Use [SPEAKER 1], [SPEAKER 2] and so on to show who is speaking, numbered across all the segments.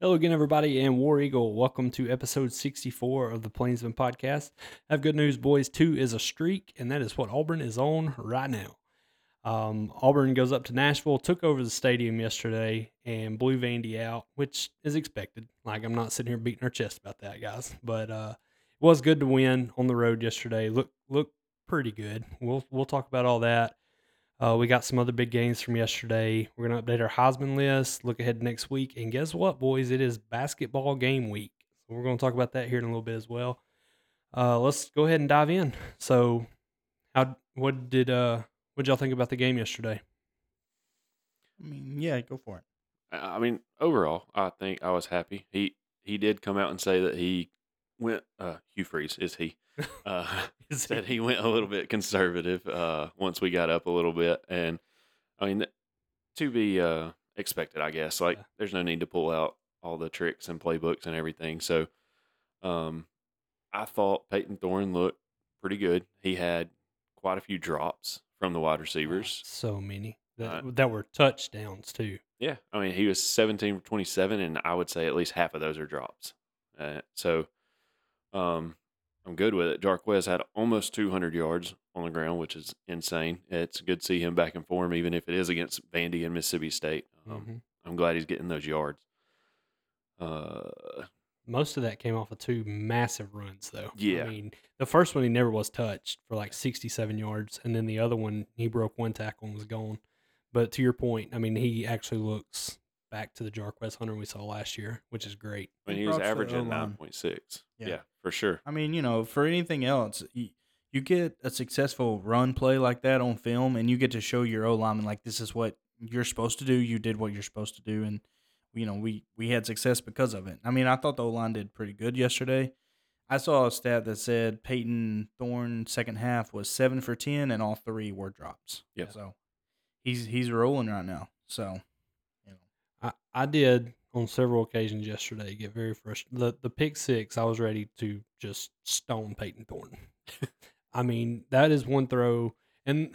[SPEAKER 1] Hello again, everybody, and War Eagle. Welcome to episode 64 of the Plainsman Podcast. I have good news, boys. Two is a streak, and that is what Auburn is on right now. Um, Auburn goes up to Nashville, took over the stadium yesterday, and blew Vandy out, which is expected. Like, I'm not sitting here beating our chest about that, guys. But uh, it was good to win on the road yesterday. Look, look pretty good. We'll we'll talk about all that. Uh, we got some other big games from yesterday. We're going to update our Heisman list, look ahead next week. And guess what, boys? It is basketball game week. So we're going to talk about that here in a little bit as well. Uh, let's go ahead and dive in. So, how what did uh what y'all think about the game yesterday?
[SPEAKER 2] I mean, yeah, go for it.
[SPEAKER 3] I I mean, overall, I think I was happy. He he did come out and say that he went. Uh, Hugh Freeze is he? Uh,
[SPEAKER 1] Is
[SPEAKER 3] that
[SPEAKER 1] it-
[SPEAKER 3] he went a little bit conservative uh, once we got up a little bit, and I mean, to be uh, expected, I guess. Like,
[SPEAKER 1] Yeah.
[SPEAKER 3] there's no need to pull out all the tricks and playbooks and everything. So, um, I thought Peyton Thorne looked pretty good. He had quite a few drops from the wide receivers.
[SPEAKER 1] so many that,
[SPEAKER 3] Uh,
[SPEAKER 1] that were touchdowns too.
[SPEAKER 3] Yeah, I mean, he was 17 for 27, and I would say at least half of those are drops. Uh, so, um, I'm good with it. Jarquez had almost 200 yards on the ground, which is insane. It's good to see him back in form, even if it is against Vandy and Mississippi State. Um,
[SPEAKER 1] Mhm.
[SPEAKER 3] I'm glad he's getting those yards. Uh,
[SPEAKER 1] Most of that came off of two massive runs, though.
[SPEAKER 3] Yeah.
[SPEAKER 1] I mean, the first one he never was touched for like 67 yards, and then the other one he broke one tackle and was gone. But to your point, I mean, he actually looks back to the Jarquez Hunter we saw last year, which is great.
[SPEAKER 3] I
[SPEAKER 2] And
[SPEAKER 3] mean, he was
[SPEAKER 2] props to the
[SPEAKER 3] averaging
[SPEAKER 2] O-line.
[SPEAKER 3] 9.6.
[SPEAKER 2] Yeah.
[SPEAKER 3] yeah, for sure.
[SPEAKER 2] I mean, you know, for anything else, you, you get a successful run play like that on film, and you get to show your O lineman like this is what you're supposed to do. You did what you're supposed to do, and you know we we had success because of it. I mean, I thought the O line did pretty good yesterday. I saw a stat that said Peyton Thorne second half was seven for ten, and all three were drops.
[SPEAKER 3] Yep.
[SPEAKER 2] So he's he's rolling right now. So you know,
[SPEAKER 1] I, I did on several occasions yesterday get very frustrated. The the pick six, I was ready to just stone Peyton Thorne. I mean, that is one throw, and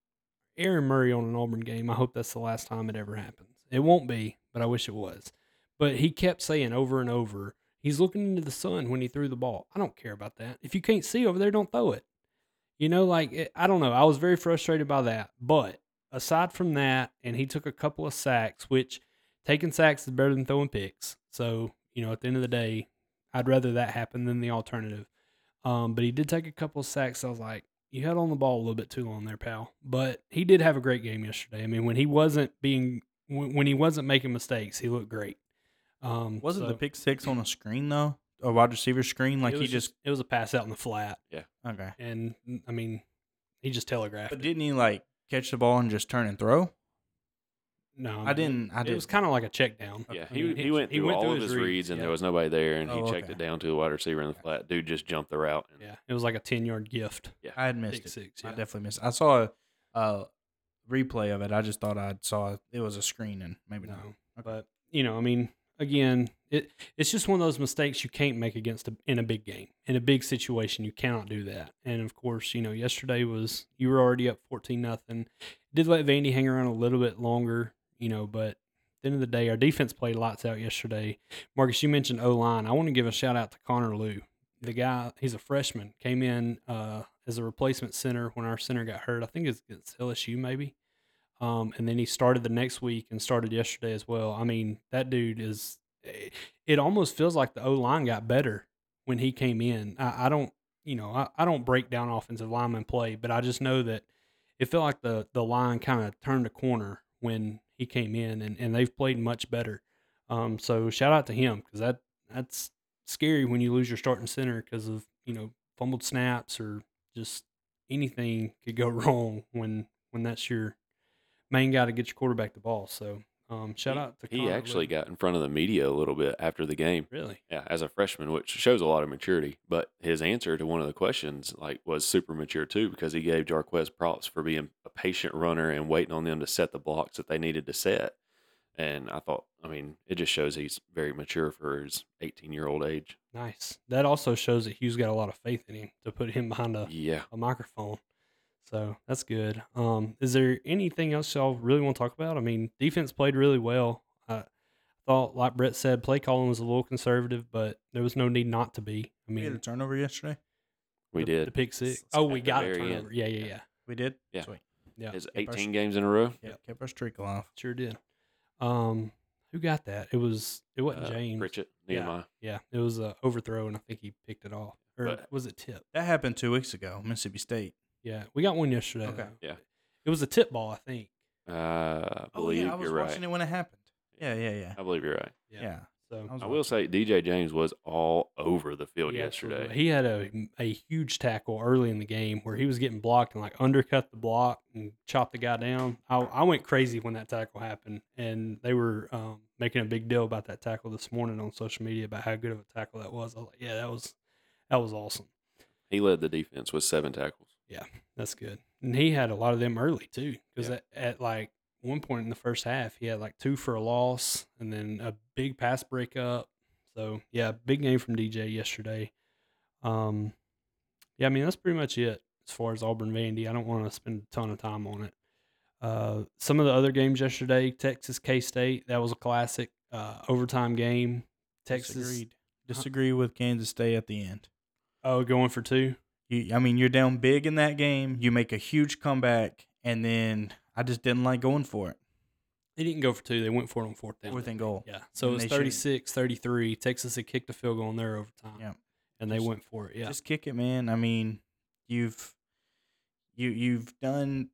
[SPEAKER 1] Aaron Murray on an Auburn game. I hope that's the last time it ever happens. It won't be, but I wish it was. But he kept saying over and over, he's looking into the sun when he threw the ball. I don't care about that. If you can't see over there, don't throw it. You know, like it, I don't know. I was very frustrated by that, but aside from that, and he took a couple of sacks, which taking sacks is better than throwing picks. So, you know, at the end of the day, I'd rather that happen than the alternative. Um, but he did take a couple of sacks. I was like, you held on the ball a little bit too long there, pal. But he did have a great game yesterday. I mean, when he wasn't being, when, when he wasn't making mistakes, he looked great. Um,
[SPEAKER 2] wasn't the
[SPEAKER 1] so
[SPEAKER 2] pick six on a screen though? A wide receiver screen, like
[SPEAKER 1] it
[SPEAKER 2] he
[SPEAKER 1] was
[SPEAKER 2] just
[SPEAKER 1] it was a pass out in the flat,
[SPEAKER 2] okay.
[SPEAKER 1] and I mean, he just telegraphed.
[SPEAKER 2] But
[SPEAKER 1] it.
[SPEAKER 2] didn't he like catch the ball and just turn and throw?
[SPEAKER 1] no,
[SPEAKER 2] I didn't. I
[SPEAKER 1] It was
[SPEAKER 2] didn't.
[SPEAKER 1] kind of like a check down.
[SPEAKER 3] Yeah,
[SPEAKER 1] I
[SPEAKER 3] he,
[SPEAKER 1] mean,
[SPEAKER 3] he, went through all of his reads, and
[SPEAKER 1] yeah.
[SPEAKER 3] there was nobody there, and he
[SPEAKER 2] Oh,
[SPEAKER 3] checked
[SPEAKER 2] okay.
[SPEAKER 3] it down to the wide receiver in the flat. Dude just jumped the route. And,
[SPEAKER 1] yeah, it was like a ten yard gift.
[SPEAKER 2] I had missed
[SPEAKER 1] Pick
[SPEAKER 2] it.
[SPEAKER 1] six.
[SPEAKER 2] I
[SPEAKER 1] Yeah.
[SPEAKER 2] definitely missed. It. I saw a, a replay of it. I just thought I saw it was a screen and maybe
[SPEAKER 1] No,
[SPEAKER 2] not. Okay.
[SPEAKER 1] but you know, I mean, again, it it's just one of those mistakes you can't make against a, in a big game, in a big situation. You cannot do that. And of course, you know, yesterday was you were already up fourteen nothing. Did let Vandy hang around a little bit longer, you know, but. At the end of the day, our defense played lights out yesterday. Marcus, you mentioned O line. I want to give a shout out to Connor Lou. The guy, he's a freshman, came in uh, as a replacement center when our center got hurt. I think it's against LSU, maybe. Um, and then he started the next week and started yesterday as well. I mean, that dude is. It, eh, it almost feels like the O line got better when he came in. I, I don't, you know, I, I don't break down offensive lineman play, but I just know that it felt like the the line kind of turned a corner when he came in, and, and they've played much better. Um, so shout out to him because that that's scary when you lose your starting center because of you know fumbled snaps or just anything could go wrong when when that's your main guy to get your quarterback the ball. So um, shout
[SPEAKER 3] he,
[SPEAKER 1] out to
[SPEAKER 3] he
[SPEAKER 1] Connor
[SPEAKER 3] actually
[SPEAKER 1] Little.
[SPEAKER 3] got in front of the media a little bit after the game.
[SPEAKER 1] really
[SPEAKER 3] yeah, as a freshman, which shows a lot of maturity. But his answer to one of the questions like was super mature too, because he gave Jarquez props for being a patient runner and waiting on them to set the blocks that they needed to set. And I thought, I mean, it just shows he's very mature for his 18 year old age.
[SPEAKER 1] nice. That also shows that Hughes got a lot of faith in him to put him behind a
[SPEAKER 3] Yeah,
[SPEAKER 1] a microphone. So that's good. Um, is there anything else y'all really want to talk about? I mean, defense played really well. Uh, thought, like Brett said, play calling was a little conservative, but there was no need not to be. I
[SPEAKER 2] We had a
[SPEAKER 1] mean,
[SPEAKER 2] turnover yesterday.
[SPEAKER 3] We
[SPEAKER 1] the- The
[SPEAKER 3] did.
[SPEAKER 1] pick six.
[SPEAKER 3] S-
[SPEAKER 1] Oh, we
[SPEAKER 3] at the
[SPEAKER 1] got a
[SPEAKER 3] very end.
[SPEAKER 1] turnover. Yeah, yeah, yeah.
[SPEAKER 2] We did.
[SPEAKER 3] Yeah.
[SPEAKER 2] Sweet.
[SPEAKER 1] Yeah.
[SPEAKER 3] It's
[SPEAKER 2] Yeah, first-
[SPEAKER 3] 18 games in a row.
[SPEAKER 2] Yeah.
[SPEAKER 1] Yep.
[SPEAKER 2] Kept our streak alive.
[SPEAKER 1] Sure did. Um, who got that? It was it wasn't
[SPEAKER 3] Uh,
[SPEAKER 1] James.
[SPEAKER 3] Pritchett,
[SPEAKER 1] Yeah.
[SPEAKER 3] Nehemiah.
[SPEAKER 1] Yeah, it was a overthrow, and I think he picked it off, or
[SPEAKER 3] But-
[SPEAKER 1] was it tip?
[SPEAKER 2] That happened two weeks ago. Mississippi State.
[SPEAKER 1] Yeah, we got one yesterday.
[SPEAKER 2] Okay.
[SPEAKER 1] though.
[SPEAKER 3] Yeah.
[SPEAKER 1] it was a tip ball, I think.
[SPEAKER 3] Uh, I believe
[SPEAKER 2] I was
[SPEAKER 3] you're right.
[SPEAKER 2] watching it when it happened. Yeah, yeah, yeah.
[SPEAKER 3] I believe you're right.
[SPEAKER 2] Yeah.
[SPEAKER 1] So
[SPEAKER 2] was
[SPEAKER 3] I will say DJ James was all over the field
[SPEAKER 1] Yeah,
[SPEAKER 3] yesterday.
[SPEAKER 1] absolutely. He had a a huge tackle early in the game where he was getting blocked and like undercut the block and chopped the guy down. I, I went crazy when that tackle happened, and they were um, making a big deal about that tackle this morning on social media about how good of a tackle that was. I was like, yeah, that was that was awesome.
[SPEAKER 3] He led the defense with seven tackles.
[SPEAKER 1] That's good. And he had a lot of them early too, because
[SPEAKER 3] Yeah.
[SPEAKER 1] at, at like one point in the first half, he had like two for a loss and then a big pass breakup. So yeah, big game from DJ yesterday. Um, yeah, I mean that's pretty much it as far as Auburn Vandy. I don't want to spend a ton of time on it. Uh, some of the other games yesterday, Texas K State, that was a classic uh, overtime game. Texas,
[SPEAKER 2] disagreed. Disagree with Kansas State at the end.
[SPEAKER 1] oh, going for two.
[SPEAKER 2] You, I mean, you're down big in that game. You make a huge comeback, and then I just didn't like going for it.
[SPEAKER 1] They didn't go for two. They went for it on fourth down.
[SPEAKER 2] Fourth and goal.
[SPEAKER 1] Yeah. So it
[SPEAKER 2] And
[SPEAKER 1] was
[SPEAKER 2] they should-
[SPEAKER 1] 36 33. Texas had kicked a field goal in their overtime.
[SPEAKER 2] Yeah.
[SPEAKER 1] And they
[SPEAKER 2] Just-
[SPEAKER 1] went for it. Yeah.
[SPEAKER 2] Just kick it, man. I mean, you've you you've done.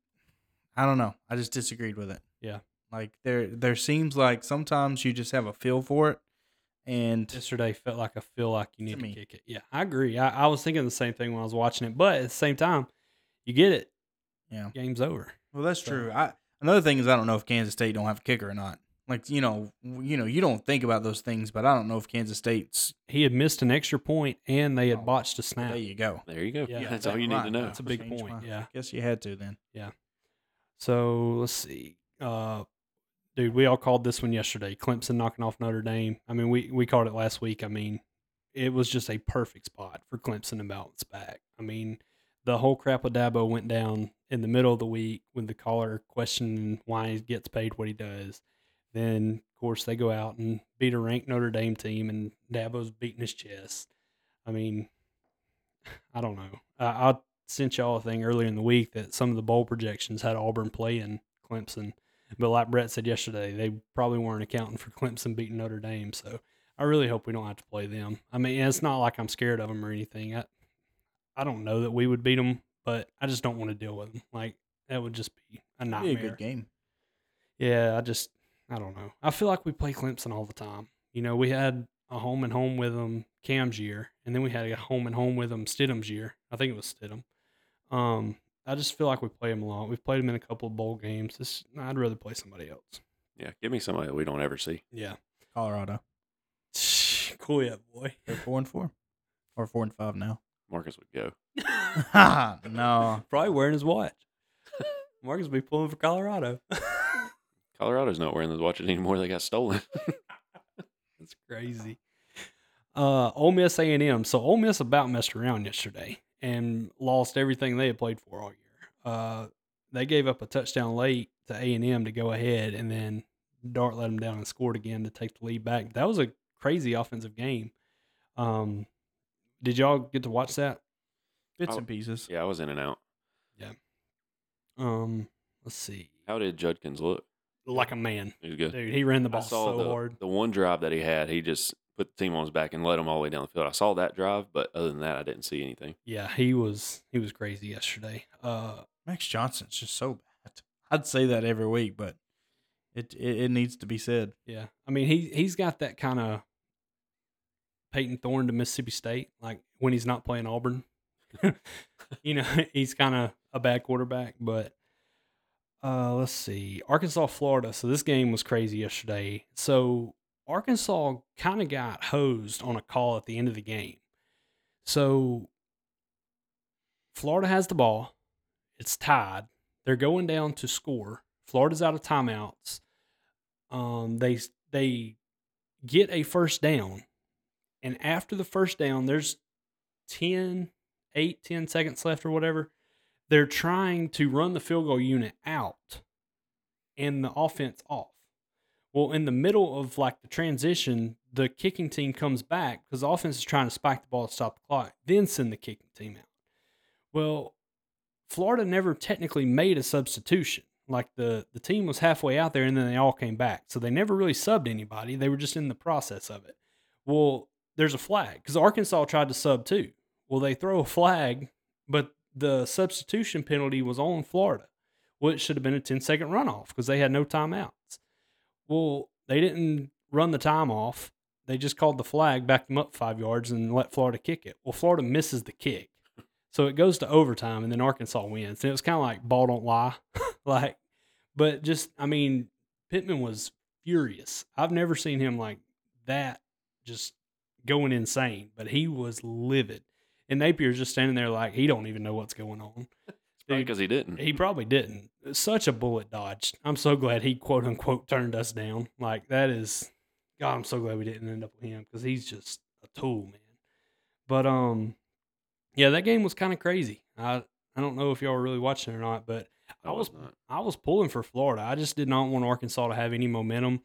[SPEAKER 2] I don't know. I just disagreed with it.
[SPEAKER 1] Yeah.
[SPEAKER 2] Like there there seems like sometimes you just have a feel for it, and
[SPEAKER 1] Yesterday felt like I feel like you
[SPEAKER 2] To
[SPEAKER 1] need to
[SPEAKER 2] me.
[SPEAKER 1] kick it. Yeah. I agree. I, I was thinking the same thing when I was watching it. But at the same time, you get it.
[SPEAKER 2] Yeah.
[SPEAKER 1] Game's over.
[SPEAKER 2] Well, that's
[SPEAKER 1] So-
[SPEAKER 2] true. I another thing is I don't know if Kansas State don't have a kicker or not. Like you know, w- you know, you don't think about those things, but I don't know if Kansas State's.
[SPEAKER 1] He had missed an extra point and they had
[SPEAKER 2] Oh,
[SPEAKER 1] botched a snap.
[SPEAKER 2] There you go.
[SPEAKER 3] There you go.
[SPEAKER 1] Yeah,
[SPEAKER 3] That's
[SPEAKER 2] that-
[SPEAKER 3] all you need to
[SPEAKER 2] right,
[SPEAKER 3] know.
[SPEAKER 2] right.
[SPEAKER 1] That's a big
[SPEAKER 2] Change
[SPEAKER 1] point,
[SPEAKER 2] my-
[SPEAKER 1] yeah.
[SPEAKER 2] guess you had to then.
[SPEAKER 1] So let's see. Uh, dude, we all called this one yesterday. Clemson knocking off Notre Dame. I mean, we, we called it last week. I mean, it was just a perfect spot for Clemson to bounce back. I mean, the whole crap with Dabo went down in the middle of the week when the caller questioned why he gets paid what he does. Then, of course, they go out and beat a ranked Notre Dame team, and Dabo's beating his chest. I mean, I don't know. I, I sent y'all a thing earlier in the week that some of the bowl projections had Auburn playing Clemson. But like Brett said yesterday, they probably weren't accounting for Clemson beating Notre Dame. So I really hope we don't have to play them. I mean, it's not like I'm scared of them or anything. I, I don't know that we would beat them, but I just don't want to deal with them. Like, that would just be a
[SPEAKER 2] It'd
[SPEAKER 1] nightmare.
[SPEAKER 2] Be a good game.
[SPEAKER 1] Yeah, I just I don't know. I feel like we play Clemson all the time. You know, we had a home and home with them Cam's year, and then we had a home and home with them Stidham's year. I think it was Stidham. Um, I just feel like we play them a lot. We've played them in a couple of bowl games. This I'd rather play somebody else.
[SPEAKER 3] Yeah, give me somebody that we don't ever see.
[SPEAKER 1] Yeah.
[SPEAKER 2] Colorado.
[SPEAKER 1] Cool, yeah, boy.
[SPEAKER 2] They're four and four, or four and five now.
[SPEAKER 3] Marcus would go.
[SPEAKER 2] no,
[SPEAKER 1] Probably wearing his watch. Marcus will be pulling for Colorado.
[SPEAKER 3] Colorado's not wearing those watches anymore. They got stolen.
[SPEAKER 1] That's crazy. Uh, Ole Miss A and M. So Ole Miss about messed around yesterday and lost everything they had played for all year. Uh, they gave up a touchdown late to A and M to go ahead, and then Dart let them down and scored again to take the lead back. That was a crazy offensive game. Um, did y'all get to watch that?
[SPEAKER 2] bits
[SPEAKER 3] Oh,
[SPEAKER 2] and pieces.
[SPEAKER 3] yeah, I was in and out.
[SPEAKER 1] Um, let's see.
[SPEAKER 3] How did Judkins look?
[SPEAKER 1] Like a man,
[SPEAKER 3] He was good.
[SPEAKER 1] dude. He ran the ball
[SPEAKER 3] I saw
[SPEAKER 1] so
[SPEAKER 3] the,
[SPEAKER 1] hard.
[SPEAKER 3] the one drive that he had. He just put the team on his back and led them all the way down the field. I saw that drive, but other than that, I didn't see anything.
[SPEAKER 1] Yeah, he was he was crazy yesterday. Uh,
[SPEAKER 2] Max Johnson's just so bad. I'd say that every week, but it it, it needs to be said.
[SPEAKER 1] Yeah, I mean he he's got that kind of Peyton Thorne to Mississippi State, like when he's not playing Auburn. you know, he's kind of a bad quarterback, but uh, let's see. Arkansas, Florida. So this game was crazy yesterday. So Arkansas kind of got hosed on a call at the end of the game. So Florida has the ball. It's tied. They're going down to score. Florida's out of timeouts. Um, they they get a first down, and after the first down, there's 10, 8, 10 seconds left or whatever. They're trying to run the field goal unit out and the offense off. Well, in the middle of like the transition, the kicking team comes back because the offense is trying to spike the ball to stop the clock, then send the kicking team out. Well, Florida never technically made a substitution. Like the the team was halfway out there and then they all came back. So they never really subbed anybody. They were just in the process of it. Well, there's a flag because Arkansas tried to sub too. Well, they throw a flag, but the substitution penalty was on Florida. Well, it should have been a 10 second runoff because they had no timeouts. Well, they didn't run the time off. They just called the flag, backed them up five yards, and let Florida kick it. Well, Florida misses the kick. So it goes to overtime, and then Arkansas wins. And it was kind of like ball don't lie. like, but just, I mean, Pittman was furious. I've never seen him like that, just going insane, but he was livid. And Napier's just standing there like he don't even know what's going on. Dude,
[SPEAKER 3] because he didn't.
[SPEAKER 1] he probably didn't. Such a bullet dodge. I'm so glad he quote unquote turned us down. Like that is, God, I'm so glad we didn't end up with him because he's just a tool, man. But um, yeah, that game was kind of crazy. I I don't know if y'all were really watching it or not, but I was
[SPEAKER 3] not.
[SPEAKER 1] I was pulling for Florida. I just did not want Arkansas to have any momentum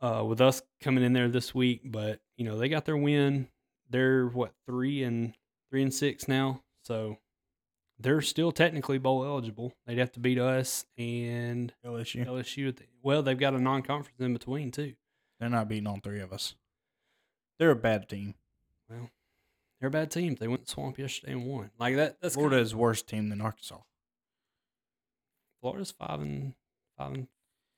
[SPEAKER 1] uh, with us coming in there this week. But you know they got their win. They're what three and three and six now, so they're still technically bowl eligible. They'd have to beat us and
[SPEAKER 2] LSU.
[SPEAKER 1] LSU. At the, well, they've got a non-conference in between too.
[SPEAKER 2] They're not beating all three of us. They're a bad team.
[SPEAKER 1] They're a bad team. They went to swamp yesterday and won. Like that. That's kinda-
[SPEAKER 2] Florida is worse team than Arkansas.
[SPEAKER 1] Florida's five and five and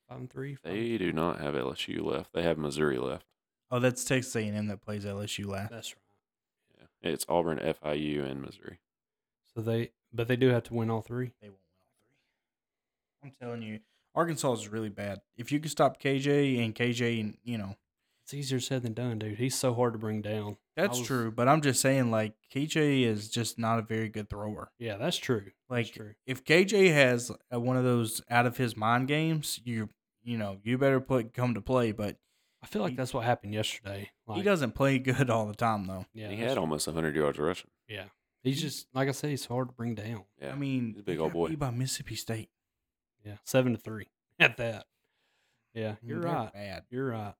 [SPEAKER 1] five and three. five and-
[SPEAKER 3] They do not have LSU left. They have Missouri left.
[SPEAKER 2] Oh, that's Texas A&M that plays LSU last.
[SPEAKER 1] That's right.
[SPEAKER 3] Yeah. It's Auburn, FIU, and Missouri.
[SPEAKER 1] So they, but they do have to win all three.
[SPEAKER 2] They won't win all three. I'm telling you, Arkansas is really bad. If you could stop KJ and KJ, and you know
[SPEAKER 1] It's easier said than done, dude. He's so hard to bring down. I
[SPEAKER 2] that's
[SPEAKER 1] was-
[SPEAKER 2] true. But I'm just saying, like KJ is just not a very good thrower.
[SPEAKER 1] Yeah, that's true.
[SPEAKER 2] Like
[SPEAKER 1] true.
[SPEAKER 2] if KJ has uh, one of those out of his mind games, you you know you better put come to play. But
[SPEAKER 1] I feel like
[SPEAKER 2] he-
[SPEAKER 1] that's what happened yesterday. Like,
[SPEAKER 2] he doesn't play good all the time though.
[SPEAKER 1] Yeah,
[SPEAKER 3] he
[SPEAKER 1] that's
[SPEAKER 3] had
[SPEAKER 1] true.
[SPEAKER 3] almost 100 yards rushing.
[SPEAKER 1] Yeah, he's just like I said. He's hard to bring down.
[SPEAKER 3] Yeah.
[SPEAKER 2] I mean,
[SPEAKER 3] he's a big
[SPEAKER 2] he
[SPEAKER 3] old
[SPEAKER 2] got
[SPEAKER 3] boy.
[SPEAKER 2] beat by Mississippi State.
[SPEAKER 1] Yeah, seven to three at that. Yeah,
[SPEAKER 2] I mean,
[SPEAKER 1] you're
[SPEAKER 2] they're
[SPEAKER 1] right.
[SPEAKER 2] Bad.
[SPEAKER 1] You're right.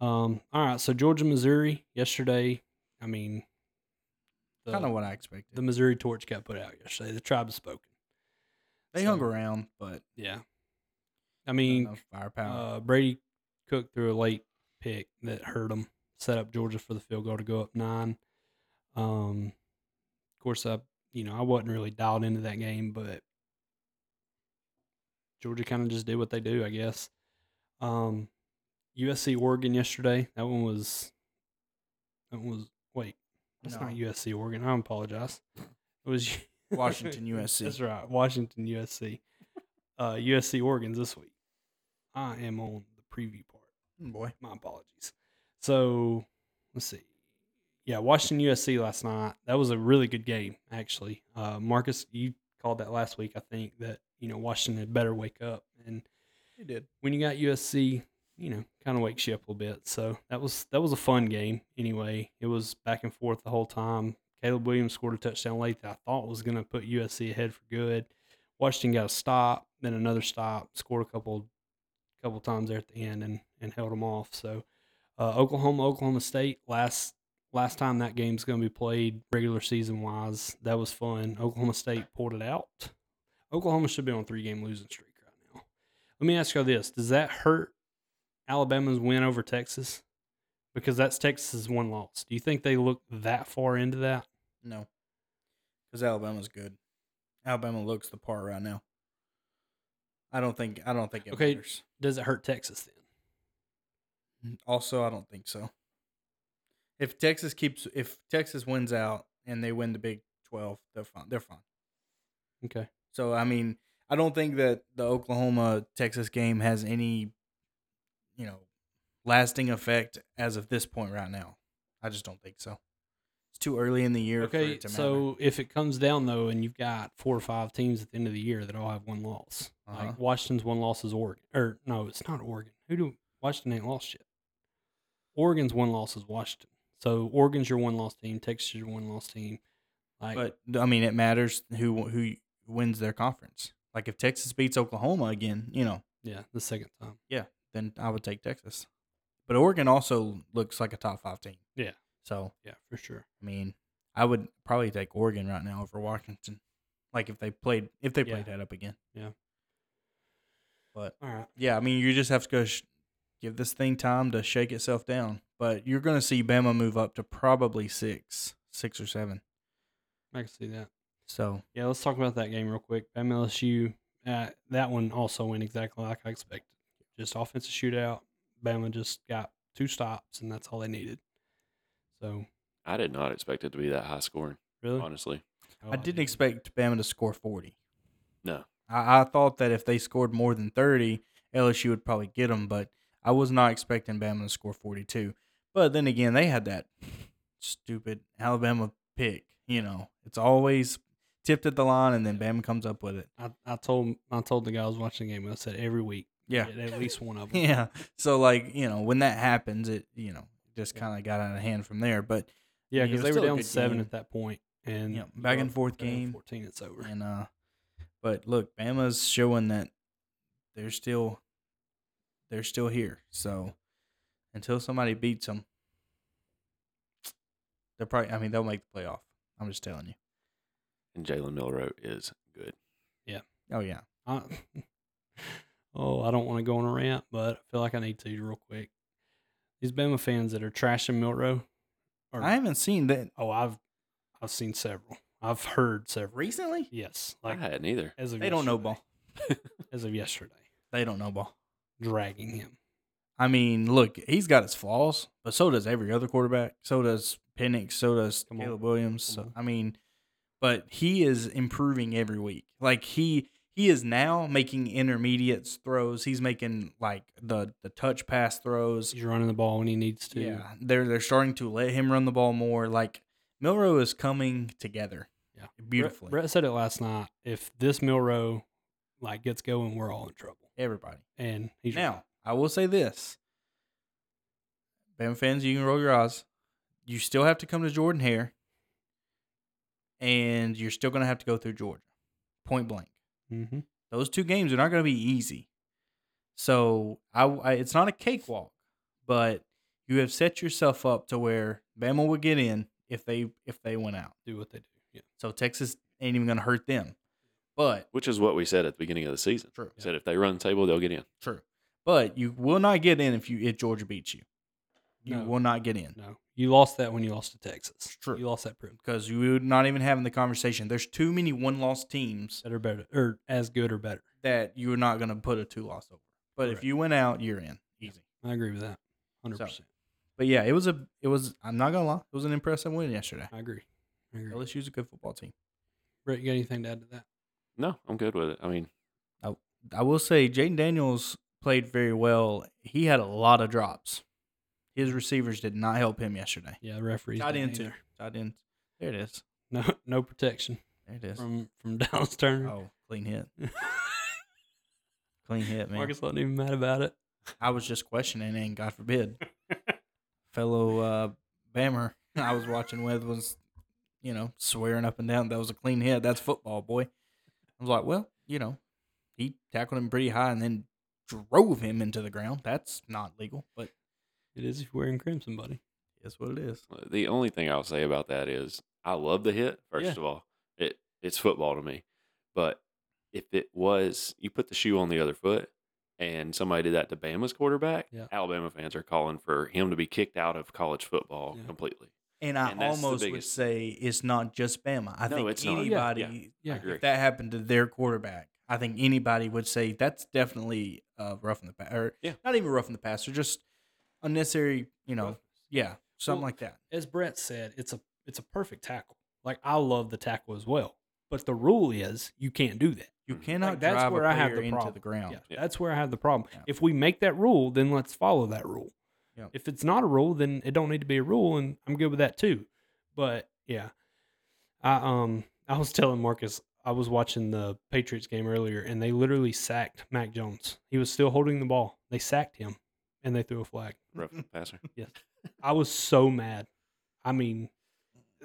[SPEAKER 1] Um, all right. So Georgia, Missouri yesterday. I mean, the,
[SPEAKER 2] Kind of what I expected.
[SPEAKER 1] the Missouri torch got put out yesterday. The tribe has spoken.
[SPEAKER 2] they hung around, but
[SPEAKER 1] Yeah, I
[SPEAKER 2] not
[SPEAKER 1] mean,
[SPEAKER 2] enough firepower.
[SPEAKER 1] Uh, Brady Cook threw a late pick that hurt him, set up Georgia for the field goal to go up nine. Um, of course, I you know I wasn't really dialed into that game, but Georgia kind of just did what they do, I guess. Um, USC Oregon yesterday. That one was. That one was wait. That's
[SPEAKER 2] No.
[SPEAKER 1] not USC Oregon. I apologize. It was
[SPEAKER 2] Washington, USC.
[SPEAKER 1] That's right. Washington USC. Uh, USC Oregon's this week. I am on the preview part.
[SPEAKER 2] Hmm, Boy,
[SPEAKER 1] My apologies. So let's see. Yeah, Washington USC last night. That was a really good game, actually. Uh, Marcus, you called that last week. I think that you know Washington had better wake up, and
[SPEAKER 2] they did.
[SPEAKER 1] when you got USC, you know, kind of wakes you up a little bit. So that was that was a fun game. Anyway, it was back and forth the whole time. Caleb Williams scored a touchdown late that I thought was going to put USC ahead for good. Washington got a stop, then another stop, scored a couple, couple times there at the end, and and held them off. So uh, Oklahoma, Oklahoma State last last time that game's going to be played regular season wise. That was fun. Oklahoma State pulled it out. Oklahoma should be on three game losing streak right now. Let me ask you this: Does that hurt Alabama's win over Texas? Because that's Texas's one loss. Do you think they look that far into that?
[SPEAKER 2] No, because Alabama's good. Alabama looks the part right now. I don't think. I don't think it
[SPEAKER 1] Okay.
[SPEAKER 2] matters.
[SPEAKER 1] Does it hurt Texas then?
[SPEAKER 2] Also, I don't think so. If Texas keeps, if Texas wins out and they win the Big Twelve, they're fine. They're fine.
[SPEAKER 1] Okay.
[SPEAKER 2] So I mean, I don't think that the Oklahoma Texas game has any, you know, lasting effect as of this point right now. I just don't think so. It's too early in the year. for
[SPEAKER 1] Okay.
[SPEAKER 2] it to matter.
[SPEAKER 1] So if it comes down though, and you've got four or five teams at the end of the year that all have one loss,
[SPEAKER 2] Uh-huh.
[SPEAKER 1] like Washington's one loss is Oregon, or no, it's not Oregon. Who do Washington ain't lost yet? Oregon's one loss is Washington. So Oregon's your one loss team. Texas is your one loss team. Like
[SPEAKER 2] but I mean, it matters who who wins their conference. Like if Texas beats Oklahoma again, you know,
[SPEAKER 1] yeah, the second time.
[SPEAKER 2] then I would take Texas. But Oregon also looks like a top five team.
[SPEAKER 1] Yeah.
[SPEAKER 2] So
[SPEAKER 1] Yeah, for sure.
[SPEAKER 2] I mean, I would probably take Oregon right now over Washington. Like if they played if they played that up again.
[SPEAKER 1] Yeah.
[SPEAKER 2] But
[SPEAKER 1] All right.
[SPEAKER 2] yeah, I mean, you just have to go sh- give this thing time to shake itself down. But you're going to see Bama move up to probably six, six or seven.
[SPEAKER 1] I can see that.
[SPEAKER 2] So
[SPEAKER 1] Yeah, let's talk about that game real quick. MLSU, uh, that one also went exactly like I expected. Just offensive shootout. Bama just got two stops, and that's all they needed. So,
[SPEAKER 3] I did not expect it to be that high scoring,
[SPEAKER 1] really?
[SPEAKER 3] honestly.
[SPEAKER 1] Oh,
[SPEAKER 2] I didn't expect Bama to score 40.
[SPEAKER 3] No.
[SPEAKER 2] I, I thought that if they scored more than 30, LSU would probably get them, but I was not expecting Bama to score 42. But then again, they had that stupid Alabama pick. You know, it's always tipped at the line, and then Bama comes up with it.
[SPEAKER 1] I, I told I told the guy I was watching the game. I said every week,
[SPEAKER 2] Yeah.
[SPEAKER 1] get at least one of them.
[SPEAKER 2] yeah. So like you know when that happens, it you know just
[SPEAKER 1] Yeah.
[SPEAKER 2] kind of got out of hand from there. But
[SPEAKER 1] Yeah,
[SPEAKER 2] Yeah, it
[SPEAKER 1] because
[SPEAKER 2] was
[SPEAKER 1] they
[SPEAKER 2] still
[SPEAKER 1] were
[SPEAKER 2] a
[SPEAKER 1] down
[SPEAKER 2] good
[SPEAKER 1] seven
[SPEAKER 2] game.
[SPEAKER 1] at that point, and
[SPEAKER 2] Yeah,
[SPEAKER 1] you
[SPEAKER 2] back
[SPEAKER 1] go
[SPEAKER 2] and
[SPEAKER 1] up
[SPEAKER 2] forth
[SPEAKER 1] seven,
[SPEAKER 2] game.
[SPEAKER 1] Fourteen, it's over.
[SPEAKER 2] and uh, but look, Bama's showing that they're still they're still here. So until somebody beats them, they're probably. I mean, they'll make the playoff. I'm just telling you.
[SPEAKER 3] And Jalen Milrow is good.
[SPEAKER 2] Oh yeah.
[SPEAKER 1] I, oh, I don't want to go on a rant, but I feel like I need to real quick. These Bama fans that are trashing Milrow, are,
[SPEAKER 2] I haven't seen that
[SPEAKER 1] oh, I've I've seen several. I've heard several.
[SPEAKER 2] recently.
[SPEAKER 1] Yes, like
[SPEAKER 3] I hadn't either.
[SPEAKER 1] as of
[SPEAKER 2] They don't know
[SPEAKER 1] yesterday-
[SPEAKER 2] ball.
[SPEAKER 1] As of yesterday,
[SPEAKER 2] They don't know ball.
[SPEAKER 1] dragging him.
[SPEAKER 2] I mean, look, he's got his flaws, but so does every other quarterback. So does Penix. So does
[SPEAKER 1] Come on.
[SPEAKER 2] Caleb Williams.
[SPEAKER 1] Come
[SPEAKER 2] So,
[SPEAKER 1] on.
[SPEAKER 2] I mean, but he is improving every week. Like he he is now making intermediates throws. He's making like the the touch pass throws.
[SPEAKER 1] He's running the ball when he needs to.
[SPEAKER 2] Yeah, they're they're starting to let him run the ball more. Like Milrow is coming together
[SPEAKER 1] Yeah. Brett-
[SPEAKER 2] beautifully.
[SPEAKER 1] Brett said it last night. If this Milrow like gets going, we're all in trouble.
[SPEAKER 2] Everybody.
[SPEAKER 1] And he's right.
[SPEAKER 2] Now, I will say this. Bama fans, you can roll your eyes. You still have to come to Jordan Hare, and you're still going to have to go through Georgia, point blank.
[SPEAKER 1] Mhm.
[SPEAKER 2] Those two games are not going to be easy. So I, I, it's not a cakewalk, but you have set yourself up to where Bama would get in if they if they went out.
[SPEAKER 1] do what they do. Yeah.
[SPEAKER 2] So Texas ain't even going to hurt them. But
[SPEAKER 3] Which is what we said at the beginning of the season.
[SPEAKER 2] True.
[SPEAKER 3] Said if they run the table, they'll get in.
[SPEAKER 2] True. But you will not get in if you if Georgia beats you. You
[SPEAKER 1] No.
[SPEAKER 2] will not get in
[SPEAKER 1] No, you lost that when you lost to Texas.
[SPEAKER 2] true.
[SPEAKER 1] You lost that proof
[SPEAKER 2] because you are not even having the conversation. There's too many one loss teams
[SPEAKER 1] that are better or as good or better.
[SPEAKER 2] that you're not going to put a two loss over. But if
[SPEAKER 1] Correct.
[SPEAKER 2] you went out, you're in easy.
[SPEAKER 1] I agree with that. Hundred percent.
[SPEAKER 2] But yeah, it was a it was I'm not gonna lie, it was an impressive win yesterday.
[SPEAKER 1] I agree. I agree.
[SPEAKER 2] LSU's a good football team.
[SPEAKER 1] Brett, you got anything to add to that?
[SPEAKER 3] No, I'm good with it. I mean,
[SPEAKER 2] I will say Jaden Daniels played very well. He had a lot of drops. His receivers did not help him yesterday.
[SPEAKER 1] Yeah, the referees
[SPEAKER 2] Tied
[SPEAKER 1] didn't
[SPEAKER 2] in too.
[SPEAKER 1] either.
[SPEAKER 2] Tied in. There it is.
[SPEAKER 1] No, no protection
[SPEAKER 2] There it is.
[SPEAKER 1] from from Dallas Turner.
[SPEAKER 2] Oh, clean hit. Clean hit, man.
[SPEAKER 1] Marcus wasn't even mad about it.
[SPEAKER 2] I was just questioning, and God forbid, fellow uh, Bammer I was watching with was, you know, swearing up and down. That was a clean hit. That's football, boy. I was like, well, you know, he tackled him pretty high and then drove him into the ground. That's not legal, but
[SPEAKER 1] It is if you're wearing crimson, buddy.
[SPEAKER 2] it's what it is.
[SPEAKER 3] the only thing I'll say about that is I love the hit. First
[SPEAKER 1] Yeah.
[SPEAKER 3] of all, it it's football to me. But if it was you put the shoe on the other foot and somebody did that to Bama's quarterback,
[SPEAKER 1] Yeah.
[SPEAKER 3] Alabama fans are calling for him to be kicked out of college football
[SPEAKER 1] Yeah.
[SPEAKER 3] completely.
[SPEAKER 2] And I
[SPEAKER 3] And that's the
[SPEAKER 2] almost would
[SPEAKER 3] biggest-
[SPEAKER 2] say it's not just Bama. I
[SPEAKER 3] No,
[SPEAKER 2] think
[SPEAKER 3] it's not.
[SPEAKER 1] Yeah,
[SPEAKER 2] anybody,
[SPEAKER 1] Yeah,
[SPEAKER 3] I agree.
[SPEAKER 2] if that happened to their quarterback, I think anybody would say that's definitely uh, rough in the past, or
[SPEAKER 3] Yeah.
[SPEAKER 2] not even rough in the past, or just unnecessary, you know,
[SPEAKER 1] Roughness.
[SPEAKER 2] yeah, something
[SPEAKER 1] Well,
[SPEAKER 2] like that.
[SPEAKER 1] As Brett said, it's a it's a perfect tackle. Like I love the tackle as well, but the rule is you can't do that.
[SPEAKER 2] You
[SPEAKER 3] Mhm.
[SPEAKER 2] cannot
[SPEAKER 1] mm-hmm. like, that's
[SPEAKER 2] drive
[SPEAKER 1] where
[SPEAKER 2] a
[SPEAKER 1] I
[SPEAKER 2] player
[SPEAKER 1] have the
[SPEAKER 2] into
[SPEAKER 1] problem.
[SPEAKER 2] the ground.
[SPEAKER 1] Yeah,
[SPEAKER 3] Yeah.
[SPEAKER 1] that's where I have the problem.
[SPEAKER 2] Yeah.
[SPEAKER 1] If we make that rule, then let's follow that rule.
[SPEAKER 2] Yeah.
[SPEAKER 1] If it's not a rule, then it don't need to be a rule, and I'm good with that too. But yeah, I um I was telling Marcus I was watching the Patriots game earlier, and they literally sacked Mac Jones. He was still holding the ball. They sacked him, and they threw a flag.
[SPEAKER 3] Rough passer.
[SPEAKER 1] I was so mad. I mean,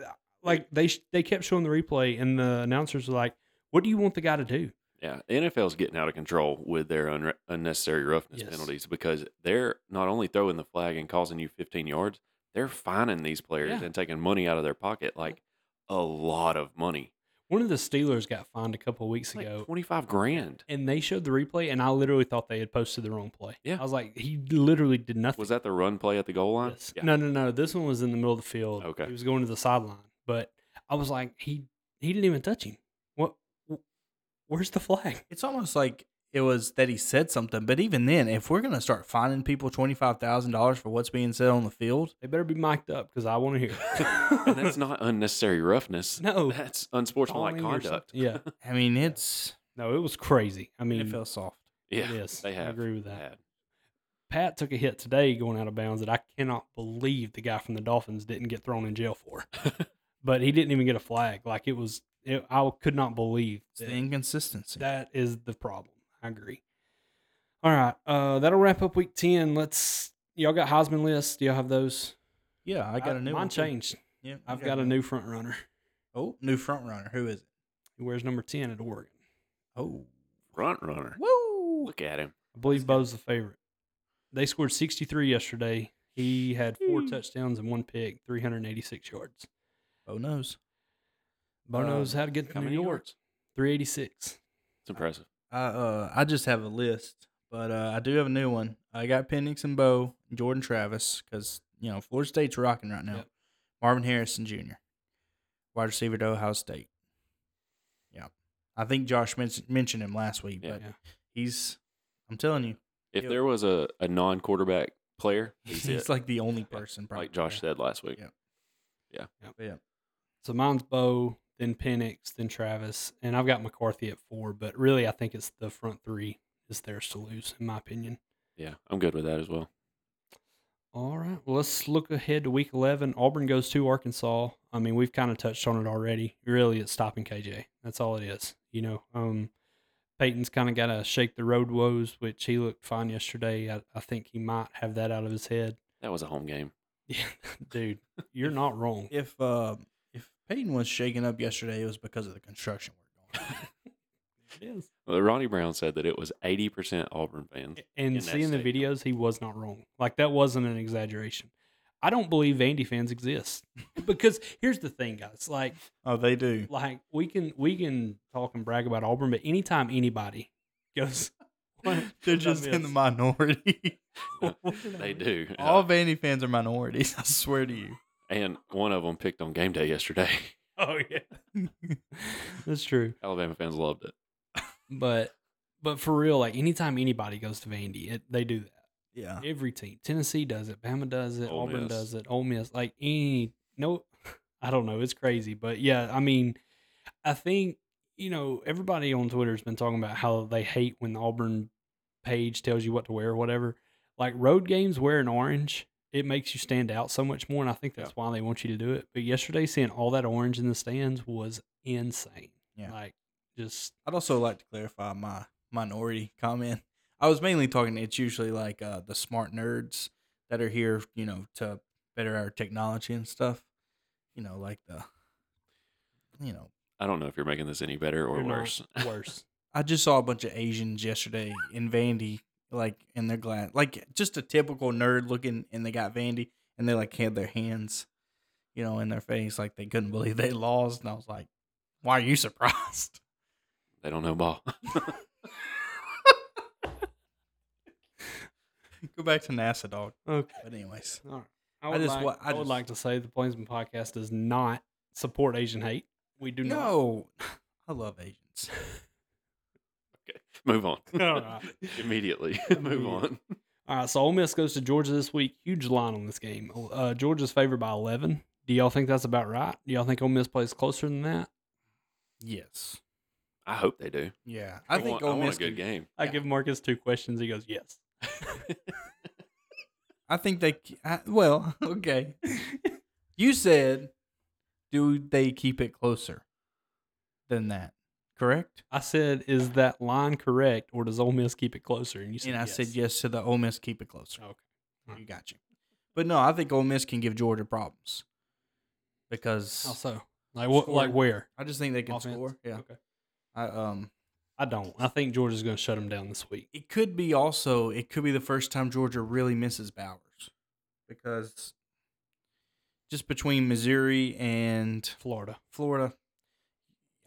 [SPEAKER 1] uh, like they sh- they kept showing the replay, and the announcers were like, "What do you want the guy to do?"
[SPEAKER 3] Yeah, the NFL's getting out of control with their unre unnecessary roughness
[SPEAKER 1] Yes.
[SPEAKER 3] penalties because they're not only throwing the flag and causing you 15 yards, they're fining these players
[SPEAKER 1] Yeah.
[SPEAKER 3] and taking money out of their pocket, like a lot of money,
[SPEAKER 1] One of the Steelers got fined a couple of weeks
[SPEAKER 3] it's like
[SPEAKER 1] ago,
[SPEAKER 3] 25 grand.
[SPEAKER 1] and they showed the replay, and I literally thought they had posted the wrong play.
[SPEAKER 3] Yeah.
[SPEAKER 1] I was like, he literally did nothing.
[SPEAKER 3] Was that the run play at the goal line?
[SPEAKER 1] Yes.
[SPEAKER 3] Yeah.
[SPEAKER 1] No, no, no. This one was in the middle of the field.
[SPEAKER 3] Okay.
[SPEAKER 1] He was going to the sideline, but I was like, he he didn't even touch him. What? wh- Where's the flag?
[SPEAKER 2] It's almost like it was that he said something, but even then, if we're gonna start finding people twenty five thousand dollars for what's being said on the field,
[SPEAKER 1] They better be mic'd up because I want to hear. it.
[SPEAKER 3] and that's not unnecessary roughness.
[SPEAKER 1] no
[SPEAKER 3] That's unsportsmanlike
[SPEAKER 1] falling or something.
[SPEAKER 3] conduct.
[SPEAKER 1] Yeah.
[SPEAKER 2] I mean, it's
[SPEAKER 1] No, it was crazy. I mean,
[SPEAKER 2] NFL soft.
[SPEAKER 3] Yeah.
[SPEAKER 1] It is.
[SPEAKER 3] They
[SPEAKER 1] I
[SPEAKER 3] have.
[SPEAKER 1] agree with that.
[SPEAKER 3] Bad.
[SPEAKER 1] Pat took a hit today going out of bounds that I cannot believe the guy from the Dolphins didn't get thrown in jail for. but he didn't even get a flag. Like it was, it, I could not believe
[SPEAKER 2] It's the
[SPEAKER 1] that,
[SPEAKER 2] inconsistency.
[SPEAKER 1] that is the problem. I agree. All right, uh, that'll wrap up week ten. Let's y'all got Heisman lists. Do y'all have those?
[SPEAKER 2] yeah, I got a new
[SPEAKER 1] mine
[SPEAKER 2] one too.
[SPEAKER 1] changed.
[SPEAKER 2] Yeah,
[SPEAKER 1] I've
[SPEAKER 2] you
[SPEAKER 1] got a new front runner.
[SPEAKER 2] oh new front runner. Who is it?
[SPEAKER 1] He wears number ten at Oregon.
[SPEAKER 2] Oh,
[SPEAKER 3] Front runner.
[SPEAKER 2] woo!
[SPEAKER 3] Look at him.
[SPEAKER 1] I believe Bo's the favorite. They scored 63 yesterday. He had four
[SPEAKER 2] Hmm.
[SPEAKER 1] touchdowns and one pick, 386 yards.
[SPEAKER 2] Oh knows.
[SPEAKER 1] Bo
[SPEAKER 2] Uh,
[SPEAKER 1] knows how to get to
[SPEAKER 3] How
[SPEAKER 1] New
[SPEAKER 3] many
[SPEAKER 1] York.
[SPEAKER 3] yards?
[SPEAKER 1] 386.
[SPEAKER 3] It's impressive.
[SPEAKER 2] I uh I just have a list, but uh, I do have a new one. I got Penix and Bo, Jordan Travis, because you know Florida State's rocking right now.
[SPEAKER 1] Yep.
[SPEAKER 2] Marvin Harrison Jr., wide receiver to Ohio State. Yeah, I think Josh men- mentioned him last week,
[SPEAKER 3] Yeah.
[SPEAKER 2] but
[SPEAKER 1] Yeah.
[SPEAKER 2] he's I'm telling you,
[SPEAKER 3] If
[SPEAKER 2] Yeah.
[SPEAKER 3] there was a, a non quarterback player, he's,
[SPEAKER 2] he's,
[SPEAKER 3] it. Like,
[SPEAKER 2] like the only person. Probably.
[SPEAKER 3] Josh said last week.
[SPEAKER 2] Yeah. yeah.
[SPEAKER 1] So mine's Bo, then Penix, then Travis, and I've got McCarthy at four, but really I think it's the front three is theirs to lose, in my opinion.
[SPEAKER 3] Yeah, I'm good with that as well.
[SPEAKER 1] All right. Well, let's look ahead to week 11. Auburn goes to Arkansas. I mean, we've kind of touched on it already. Really, it's stopping KJ. That's all it is. You know, um, Peyton's kind of got to shake the road woes, which he looked fine yesterday. I, I think he might have that out of his head.
[SPEAKER 3] That was a home game.
[SPEAKER 1] Yeah, dude, you're not wrong.
[SPEAKER 2] If uh, if Peyton was shaken up yesterday, it was because of the construction work. Going on.
[SPEAKER 1] It is.
[SPEAKER 3] Well, Ronnie Brown said that it was 80% Auburn fans. in
[SPEAKER 1] And
[SPEAKER 3] that
[SPEAKER 1] seeing the
[SPEAKER 3] stadium.
[SPEAKER 1] videos, he was not wrong. Like that wasn't an exaggeration. I don't believe Vandy fans exist because here's the thing, guys. Like
[SPEAKER 2] oh, they do.
[SPEAKER 1] like we can we can talk and brag about Auburn, but anytime anybody goes, what,
[SPEAKER 2] They're
[SPEAKER 1] what did I
[SPEAKER 2] just in the
[SPEAKER 1] miss?
[SPEAKER 2] minority.
[SPEAKER 1] What did I
[SPEAKER 3] They
[SPEAKER 1] miss?
[SPEAKER 3] do. Uh,
[SPEAKER 2] All Vandy fans are minorities. I swear to you.
[SPEAKER 3] and one of them picked on game day yesterday.
[SPEAKER 1] Oh yeah, that's true.
[SPEAKER 3] Alabama fans loved it.
[SPEAKER 1] But but for real, like anytime anybody goes to Vandy, it, they do that.
[SPEAKER 2] Yeah.
[SPEAKER 1] Every team, Tennessee does it, Bama does it,
[SPEAKER 3] Ole
[SPEAKER 1] Auburn
[SPEAKER 3] Miss.
[SPEAKER 1] does it, Ole Miss. Like any no, I don't know. It's crazy, but yeah, I mean, I think you know everybody on Twitter has been talking about how they hate when the Auburn page tells you what to wear or whatever. Like road games, wear an orange. It makes you stand out so much more, and I think that's why they want you to do it. But yesterday, seeing all that orange in the stands was insane.
[SPEAKER 2] Yeah.
[SPEAKER 1] like just
[SPEAKER 2] I'd also like to clarify my minority comment. I was mainly talking. It's usually like uh, the smart nerds that are here, you know, to better our technology and stuff. You know, like the, you know,
[SPEAKER 3] I don't know if you're making this any better or
[SPEAKER 1] you're not-
[SPEAKER 3] worse.
[SPEAKER 1] worse.
[SPEAKER 2] I just saw a bunch of Asians yesterday in Vandy, like in their glass, like just a typical nerd looking, and they got Vandy, and they like had their hands, you know, in their face, like they couldn't believe they lost, and I was like, "Why are you surprised?"
[SPEAKER 3] They don't know ball.
[SPEAKER 2] Go back to NASA, dog.
[SPEAKER 1] Okay.
[SPEAKER 2] But anyways,
[SPEAKER 1] All right. I,
[SPEAKER 2] I
[SPEAKER 1] would
[SPEAKER 2] just
[SPEAKER 1] like,
[SPEAKER 2] wa- I
[SPEAKER 1] I, would
[SPEAKER 2] just-
[SPEAKER 1] like to say the Plainsman podcast does not support Asian hate. We do not.
[SPEAKER 2] no, I love Asians.
[SPEAKER 3] Move on.
[SPEAKER 1] All right.
[SPEAKER 3] Immediately. Move
[SPEAKER 1] Immediately.
[SPEAKER 3] on.
[SPEAKER 1] All right. So Ole Miss goes to Georgia this week. Huge line on this game. Uh, Georgia's favored by 11. Do y'all think that's about right? Do y'all think Ole Miss plays closer than that?
[SPEAKER 2] Yes.
[SPEAKER 3] I hope they do.
[SPEAKER 2] Yeah, I, think
[SPEAKER 3] want, I
[SPEAKER 2] Ole
[SPEAKER 3] want
[SPEAKER 2] Miss
[SPEAKER 3] a good
[SPEAKER 2] can-
[SPEAKER 3] game.
[SPEAKER 1] I
[SPEAKER 2] Yeah.
[SPEAKER 1] give Marcus two questions. He goes, yes.
[SPEAKER 2] I think they. c- I, well, okay. you said, do they keep it closer than that? Correct.
[SPEAKER 1] I said, is that line correct or does Ole Miss keep it closer? And you said, Mm-hmm.
[SPEAKER 2] and I said yes to the Ole Miss keep it closer.
[SPEAKER 1] Okay.
[SPEAKER 2] You got you. But no, I think Ole Miss can give Georgia problems because
[SPEAKER 1] Also, like, what, like
[SPEAKER 2] Scored.
[SPEAKER 1] where?
[SPEAKER 2] I just think they can
[SPEAKER 1] Offense?
[SPEAKER 2] score. Yeah,
[SPEAKER 1] Okay.
[SPEAKER 2] I um,
[SPEAKER 1] I don't. I think Georgia's going to shut him down this week.
[SPEAKER 2] It could be also. It could be the first time Georgia really misses Bowers because just between Missouri and
[SPEAKER 1] Florida.
[SPEAKER 2] Florida,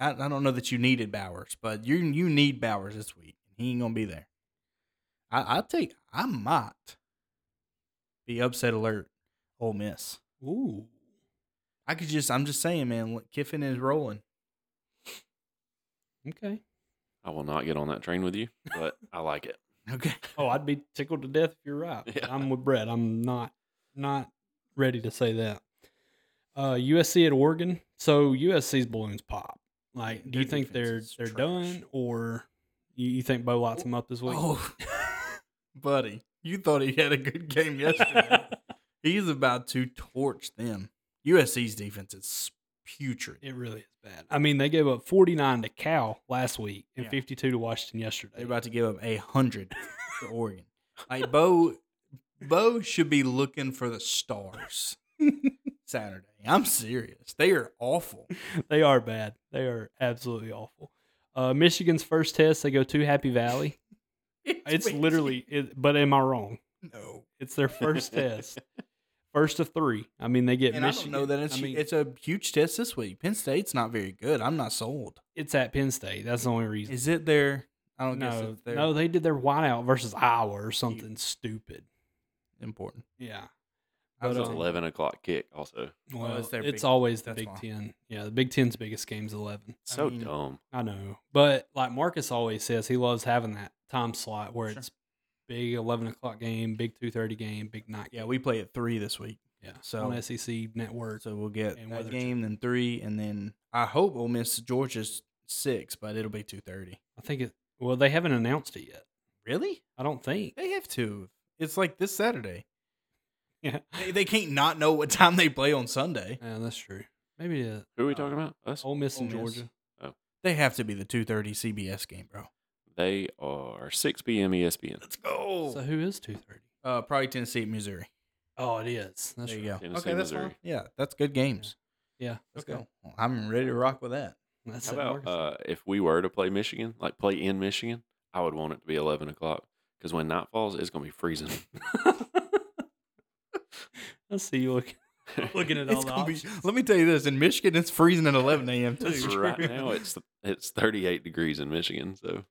[SPEAKER 2] I, I don't know that you needed Bowers, but you you need Bowers this week. He ain't gonna be there. I I take. I might be upset alert. Ole Miss.
[SPEAKER 1] Ooh.
[SPEAKER 2] I could just. I'm just saying, man. look, Kiffin is rolling.
[SPEAKER 1] Okay.
[SPEAKER 3] I will not get on that train with you, but I like it.
[SPEAKER 2] Okay.
[SPEAKER 1] Oh, I'd be tickled to death if you're right.
[SPEAKER 3] Yeah.
[SPEAKER 1] I'm with Brett. I'm not not ready to say that. Uh, USC at Oregon. So USC's balloons pop. Like, do
[SPEAKER 2] Their
[SPEAKER 1] you think
[SPEAKER 2] defense
[SPEAKER 1] they're
[SPEAKER 2] is
[SPEAKER 1] they're
[SPEAKER 2] trash.
[SPEAKER 1] done, or you, you think Bo lights them up this week?
[SPEAKER 2] Oh, buddy, you thought he had a good game yesterday. He's about to torch them. USC's defense is putrid.
[SPEAKER 1] It really is bad. I mean, they gave up 49 to Cal last week and
[SPEAKER 2] Yeah.
[SPEAKER 1] 52 to Washington yesterday.
[SPEAKER 2] They're about to give up a hundred to Oregon. Like Bo, Bo should be looking for the stars Saturday. I'm serious. They are awful.
[SPEAKER 1] they are bad. They are absolutely awful. Uh, Michigan's first test, they go to Happy Valley. It's
[SPEAKER 2] been-
[SPEAKER 1] literally, it, but am I wrong?
[SPEAKER 2] no.
[SPEAKER 1] It's their first test, first of three. I mean, they get
[SPEAKER 2] And
[SPEAKER 1] Michigan.
[SPEAKER 2] I don't know that it's
[SPEAKER 1] I mean,
[SPEAKER 2] it's a huge test this week. Penn State's not very good. I'm not sold.
[SPEAKER 1] it's at Penn State. That's the only reason.
[SPEAKER 2] Is it their? I don't guess
[SPEAKER 1] No,
[SPEAKER 2] it's their
[SPEAKER 1] no, they did their whiteout versus Iowa or something stupid.
[SPEAKER 2] important.
[SPEAKER 1] Yeah.
[SPEAKER 2] I
[SPEAKER 1] But,
[SPEAKER 3] It's
[SPEAKER 2] was
[SPEAKER 1] um,
[SPEAKER 2] like,
[SPEAKER 3] eleven o'clock kick. Also,
[SPEAKER 1] Well,
[SPEAKER 2] it's
[SPEAKER 1] it's,
[SPEAKER 2] their big-
[SPEAKER 1] always the
[SPEAKER 2] that's
[SPEAKER 1] Big
[SPEAKER 2] why.
[SPEAKER 1] Ten. Yeah, the Big Ten's biggest game's 11.
[SPEAKER 3] so
[SPEAKER 2] mean-
[SPEAKER 3] dumb.
[SPEAKER 1] I know, but like Marcus always says, he loves having that time slot where
[SPEAKER 2] Sure.
[SPEAKER 1] it's big eleven o'clock game, big two thirty game, big night.
[SPEAKER 2] yeah,
[SPEAKER 1] game.
[SPEAKER 2] we play at three this week,
[SPEAKER 1] yeah.
[SPEAKER 2] so-
[SPEAKER 1] on SEC network,
[SPEAKER 2] so we'll get
[SPEAKER 1] And
[SPEAKER 2] that
[SPEAKER 1] Weather Channel.
[SPEAKER 2] game, then three, and then I hope we'll miss Georgia's six, but it'll be two thirty.
[SPEAKER 1] I think it. Well, they haven't announced it yet.
[SPEAKER 2] Really?
[SPEAKER 1] I don't think.
[SPEAKER 2] They have to. It's like this Saturday.
[SPEAKER 1] Yeah,
[SPEAKER 2] They, they can't not know what time they play on Sunday.
[SPEAKER 1] yeah that's true. Maybe uh, the
[SPEAKER 3] Who are we talking about? Us.
[SPEAKER 1] Ole Miss in
[SPEAKER 2] uh, Ole Miss.
[SPEAKER 1] Georgia.
[SPEAKER 2] They have to be the two thirty CBS game, bro.
[SPEAKER 3] They are six E p.m. ESPN.
[SPEAKER 2] Let's go.
[SPEAKER 1] So who is two thirty?
[SPEAKER 2] uh, probably Tennessee at Missouri.
[SPEAKER 1] Oh, it is. That's
[SPEAKER 2] there
[SPEAKER 1] right.
[SPEAKER 2] you go.
[SPEAKER 3] Tennessee,
[SPEAKER 2] okay, that's
[SPEAKER 3] Missouri.
[SPEAKER 2] fine. Yeah, that's good games.
[SPEAKER 1] Yeah,
[SPEAKER 2] Let's
[SPEAKER 1] okay.
[SPEAKER 2] go. Well, I'm ready to rock with that.
[SPEAKER 1] That's
[SPEAKER 3] How
[SPEAKER 1] it,
[SPEAKER 3] about
[SPEAKER 1] Marcus.
[SPEAKER 3] uh, if we were to play Michigan, like play in Michigan, I would want it to be eleven o'clock because when night falls, it's gonna be freezing.
[SPEAKER 1] I see you looking looking at all
[SPEAKER 2] It's
[SPEAKER 1] the
[SPEAKER 2] gonna be,
[SPEAKER 1] options.
[SPEAKER 2] let me tell you this: in Michigan, it's freezing at 11 a.m. too.
[SPEAKER 1] That's true.
[SPEAKER 3] right now, it's it's thirty eight degrees in Michigan. So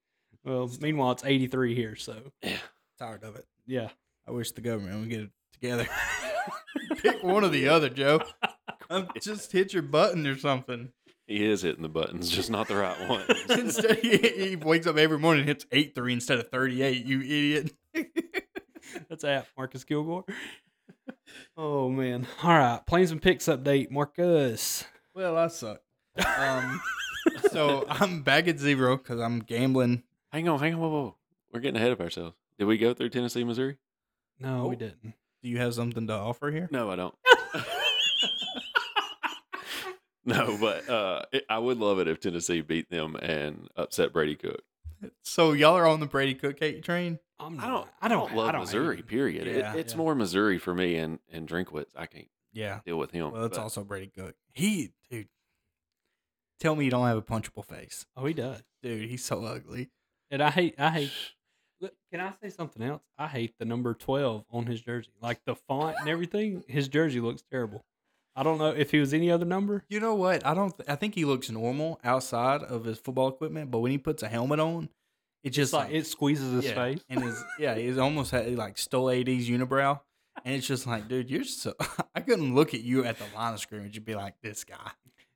[SPEAKER 1] Well, meanwhile, it's eighty three here. So
[SPEAKER 2] Tired of it.
[SPEAKER 1] yeah,
[SPEAKER 2] I wish the government would get it together. Pick one or the other, Joe. Um, just hit your button or something.
[SPEAKER 3] he is hitting the buttons, just not the right ones.
[SPEAKER 2] Instead, he, he wakes up every morning and hits eight three instead of thirty eight. You idiot.
[SPEAKER 1] That's at Marcus Gilgore. Oh man! All right, planes and picks update, Marcus.
[SPEAKER 2] well, I suck. Um, so I'm back at zero because I'm gambling.
[SPEAKER 3] hang on, hang on, whoa, whoa, we're getting ahead of ourselves. Did we go through Tennessee, Missouri?
[SPEAKER 1] No, we
[SPEAKER 2] Oh.
[SPEAKER 1] didn't.
[SPEAKER 2] Do you have something to offer here?
[SPEAKER 3] No, I don't. no, but uh, it, I would love it if Tennessee beat them and upset Brady Cook.
[SPEAKER 2] So y'all are on the Brady Cook cake train.
[SPEAKER 1] I'm
[SPEAKER 3] I don't.
[SPEAKER 1] not- I don't.
[SPEAKER 3] love
[SPEAKER 1] I don't hate
[SPEAKER 3] Missouri.
[SPEAKER 1] him.
[SPEAKER 3] Period. It-
[SPEAKER 2] Yeah.
[SPEAKER 3] it's
[SPEAKER 1] Yeah.
[SPEAKER 3] more Missouri for me, and and Drinkwitz. I can't
[SPEAKER 2] Yeah.
[SPEAKER 3] deal with him.
[SPEAKER 2] Well, that's
[SPEAKER 3] but
[SPEAKER 2] also Brady Cook. He, dude, tell me you don't have a punchable face,
[SPEAKER 1] Oh, he does.
[SPEAKER 2] dude. He's so ugly.
[SPEAKER 1] And I hate. I hate. Look, Can I say something else? I hate the number twelve on his jersey, like the font and everything. His jersey looks terrible. I don't know if he was any other number.
[SPEAKER 2] You know what? I don't. Th- I think he looks normal outside of his football equipment, but when he puts a helmet on, it just
[SPEAKER 1] It's like it squeezes his
[SPEAKER 2] yeah,
[SPEAKER 1] face.
[SPEAKER 2] and his yeah, he's almost had, he like stole AD's unibrow, and it's just like, dude, you're so. I couldn't look at you at the line of scrimmage and be like, this guy.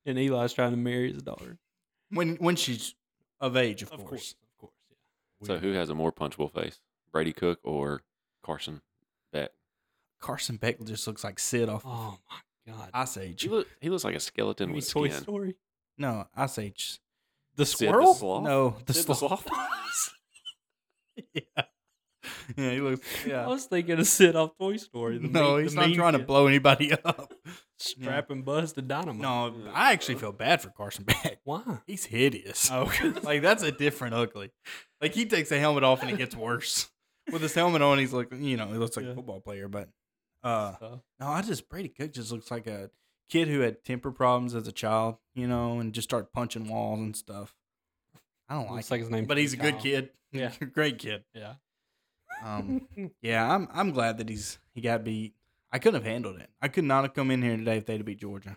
[SPEAKER 1] And Eli's trying to marry his daughter.
[SPEAKER 2] When when she's of age, of, course.
[SPEAKER 1] of course.
[SPEAKER 3] So who has a more punchable face, Brady Cook or Carson Beck?
[SPEAKER 2] Carson Beck just looks like Sid off
[SPEAKER 1] Oh my god.
[SPEAKER 2] Ice Age.
[SPEAKER 3] He, look, he looks like a skeleton
[SPEAKER 1] Maybe
[SPEAKER 3] with
[SPEAKER 1] Toy
[SPEAKER 3] skin.
[SPEAKER 1] Story.
[SPEAKER 2] No, Ice Age.
[SPEAKER 1] The
[SPEAKER 3] Sid
[SPEAKER 1] squirrel.
[SPEAKER 3] sloth?
[SPEAKER 2] No, the
[SPEAKER 3] Sid the
[SPEAKER 2] sloth.
[SPEAKER 3] sloth.
[SPEAKER 2] yeah. Yeah, he looks.
[SPEAKER 1] I
[SPEAKER 2] Yeah.
[SPEAKER 1] was thinking of Sid off Toy Story. The
[SPEAKER 2] No,
[SPEAKER 1] mean-
[SPEAKER 2] he's
[SPEAKER 1] the
[SPEAKER 2] not
[SPEAKER 1] mean
[SPEAKER 2] trying to
[SPEAKER 1] kid.
[SPEAKER 2] blow anybody up.
[SPEAKER 1] strap and buzz to dynamite.
[SPEAKER 2] No, I actually feel bad for Carson Beck.
[SPEAKER 1] Why?
[SPEAKER 2] He's hideous.
[SPEAKER 1] Oh,
[SPEAKER 2] Like that's a different ugly. Like he takes the helmet off and it gets worse. With his helmet on, he's like, you know, he looks like
[SPEAKER 1] Yeah.
[SPEAKER 2] a football player. But uh,
[SPEAKER 1] So,
[SPEAKER 2] no, I just Brady Cook just looks like a kid who had temper problems as a child, you know, and just started punching walls and stuff. I don't like,
[SPEAKER 1] Looks like his name.
[SPEAKER 2] him, but he's a good kid.
[SPEAKER 1] Yeah.
[SPEAKER 2] great kid.
[SPEAKER 1] Yeah.
[SPEAKER 2] Um, yeah, I'm I'm glad that he's he got beat. I couldn't have handled it. I could not have come in here today if they'd have beat Georgia.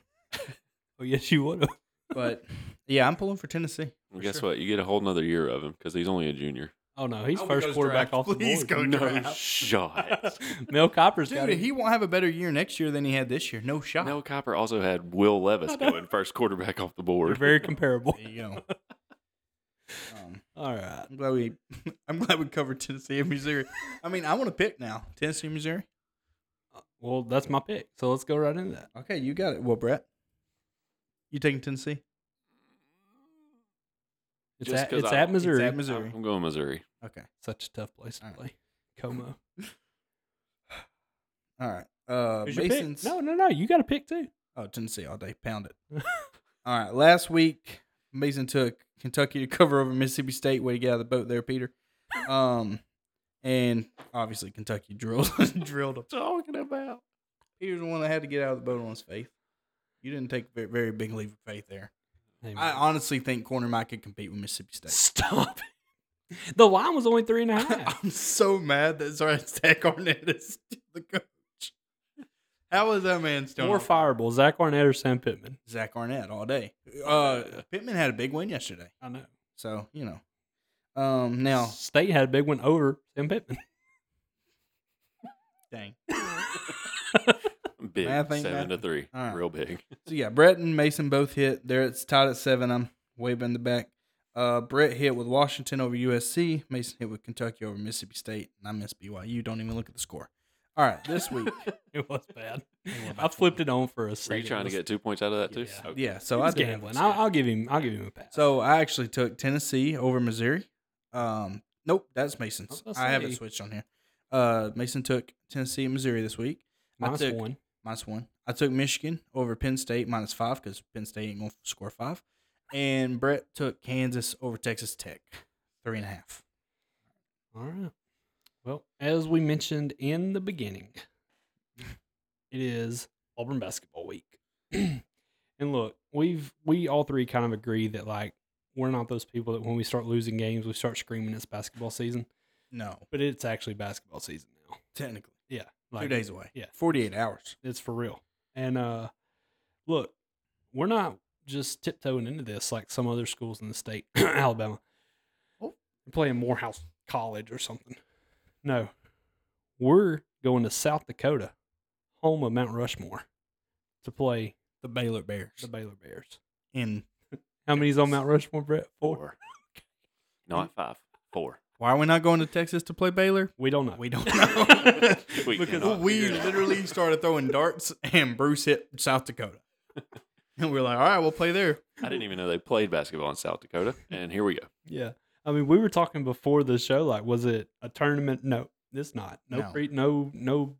[SPEAKER 1] Oh yes, you would. have.
[SPEAKER 2] But yeah, I'm pulling for Tennessee. for
[SPEAKER 3] Well, guess
[SPEAKER 2] sure.
[SPEAKER 3] what? You get a whole nother year of him because he's only a junior. Oh,
[SPEAKER 1] Oh no, he's
[SPEAKER 2] I would
[SPEAKER 1] first
[SPEAKER 2] go
[SPEAKER 1] quarterback
[SPEAKER 2] draft.
[SPEAKER 1] off the
[SPEAKER 2] Please
[SPEAKER 1] board.
[SPEAKER 2] go
[SPEAKER 3] No
[SPEAKER 2] draft.
[SPEAKER 3] shot.
[SPEAKER 1] Mel Copper's got
[SPEAKER 2] Dude,
[SPEAKER 1] him.
[SPEAKER 2] he won't have a better year next year than he had this year. No shot.
[SPEAKER 3] Mel Copper also had Will Levis going first quarterback off the
[SPEAKER 1] They're
[SPEAKER 3] board.
[SPEAKER 1] very comparable.
[SPEAKER 2] There you go. um,
[SPEAKER 1] All right.
[SPEAKER 2] I'm glad we, I'm glad we covered Tennessee and Missouri. I mean, I want to pick now Tennessee, Missouri.
[SPEAKER 1] Well, that's my pick. So let's go right into that.
[SPEAKER 2] Okay, you got it. Well, Brett, you taking Tennessee?
[SPEAKER 1] It's
[SPEAKER 3] Just
[SPEAKER 1] at
[SPEAKER 3] 'cause
[SPEAKER 1] it's
[SPEAKER 3] I-
[SPEAKER 1] at
[SPEAKER 3] it's
[SPEAKER 1] Missouri.
[SPEAKER 2] at Missouri.
[SPEAKER 3] I'm going Missouri.
[SPEAKER 2] Okay,
[SPEAKER 1] Such a tough place to
[SPEAKER 2] All right.
[SPEAKER 1] play. Como.
[SPEAKER 2] all right. Uh,
[SPEAKER 1] Who's your pick?
[SPEAKER 2] Mason's.
[SPEAKER 1] No, no, no. You got a pick too.
[SPEAKER 2] Oh, Tennessee all day. Pound it. all right. Last week, Mason took Kentucky to cover over Mississippi State. Way to get out of the boat there, Peter. Um, and obviously Kentucky drilled drilled them.
[SPEAKER 3] Talking about.
[SPEAKER 2] Peter's the one that had to get out of the boat on his faith. You didn't take a very, very big leap of faith there.
[SPEAKER 1] Hey,
[SPEAKER 2] I
[SPEAKER 1] man.
[SPEAKER 2] honestly think Corner Mike could compete with Mississippi State.
[SPEAKER 1] Stop. it. The line was only three and a half.
[SPEAKER 2] I'm so mad that Zach Tech Arnett is still the coach. How was that man still?
[SPEAKER 1] More fireable, Zach Arnett or Sam Pittman.
[SPEAKER 2] Zach Arnett all day. Uh, Pittman had a big win yesterday,
[SPEAKER 1] I know.
[SPEAKER 2] so you know. Um, now,
[SPEAKER 1] State had a big one over Sam Pittman.
[SPEAKER 2] dang.
[SPEAKER 3] Big.
[SPEAKER 2] I think
[SPEAKER 3] seven
[SPEAKER 2] that-
[SPEAKER 3] to three.
[SPEAKER 2] all right.
[SPEAKER 3] Real big.
[SPEAKER 2] So yeah, Brett and Mason both hit. There, it's tied at seven. I'm way in the back. Uh, Brett hit with Washington over USC. Mason hit with Kentucky over Mississippi State, and I miss BYU. Don't even look at the score. All right, this week,
[SPEAKER 1] It was bad.
[SPEAKER 2] were
[SPEAKER 1] I
[SPEAKER 2] about
[SPEAKER 1] flipped it on for a second.
[SPEAKER 3] Are you trying to
[SPEAKER 1] It was-
[SPEAKER 3] get two points out of that too?
[SPEAKER 1] Yeah.
[SPEAKER 3] Okay.
[SPEAKER 2] yeah. So
[SPEAKER 1] he
[SPEAKER 2] I
[SPEAKER 1] was
[SPEAKER 2] did have
[SPEAKER 1] gambling.
[SPEAKER 2] this
[SPEAKER 1] I'll,
[SPEAKER 2] game.
[SPEAKER 1] I'll give him. I'll give him a pass.
[SPEAKER 2] So I actually took Tennessee over Missouri. Um, nope, that's Mason's.
[SPEAKER 1] I was
[SPEAKER 2] I
[SPEAKER 1] gonna
[SPEAKER 2] haven't
[SPEAKER 1] say-
[SPEAKER 2] switched on here. Uh, Mason took Tennessee and Missouri this week. I
[SPEAKER 1] Minus
[SPEAKER 2] took-
[SPEAKER 1] one.
[SPEAKER 2] Minus one. I took Michigan over Penn State minus five because Penn State ain't gonna score five. And Brett took Kansas over Texas Tech, three and a half.
[SPEAKER 1] All right. Well, as we mentioned in the beginning, it is Auburn basketball week. and look, we've we all three kind of agree that like we're not those people that when we start losing games, we start screaming it's basketball season,
[SPEAKER 2] No,
[SPEAKER 1] but it's actually basketball season now.
[SPEAKER 2] technically
[SPEAKER 1] Yeah.
[SPEAKER 2] two days away.
[SPEAKER 1] yeah.
[SPEAKER 2] forty-eight hours.
[SPEAKER 1] It's for real. And uh look, we're not just tiptoeing into this like some other schools in the state, Alabama.
[SPEAKER 2] Oh.
[SPEAKER 1] We're playing Morehouse College or something. No. We're going to South Dakota, home of Mount Rushmore, to play
[SPEAKER 2] The Baylor Bears
[SPEAKER 1] the Baylor Bears.
[SPEAKER 2] in.
[SPEAKER 1] How many's on Mount Rushmore, Brett? Four.
[SPEAKER 3] Four. Not five. Four.
[SPEAKER 2] Why are we not going to Texas to play Baylor?
[SPEAKER 1] We don't know.
[SPEAKER 2] We don't know.
[SPEAKER 3] We
[SPEAKER 2] because
[SPEAKER 3] cannot
[SPEAKER 2] we
[SPEAKER 3] figure it out.
[SPEAKER 2] literally started throwing darts and Bruce hit South Dakota. And we were like, all right, we'll play there.
[SPEAKER 3] I didn't even know they played basketball in South Dakota. And here we go.
[SPEAKER 1] Yeah. I mean, we were talking before the show, like, was it a tournament? No, it's not. No,
[SPEAKER 2] No.
[SPEAKER 1] Pre, no, no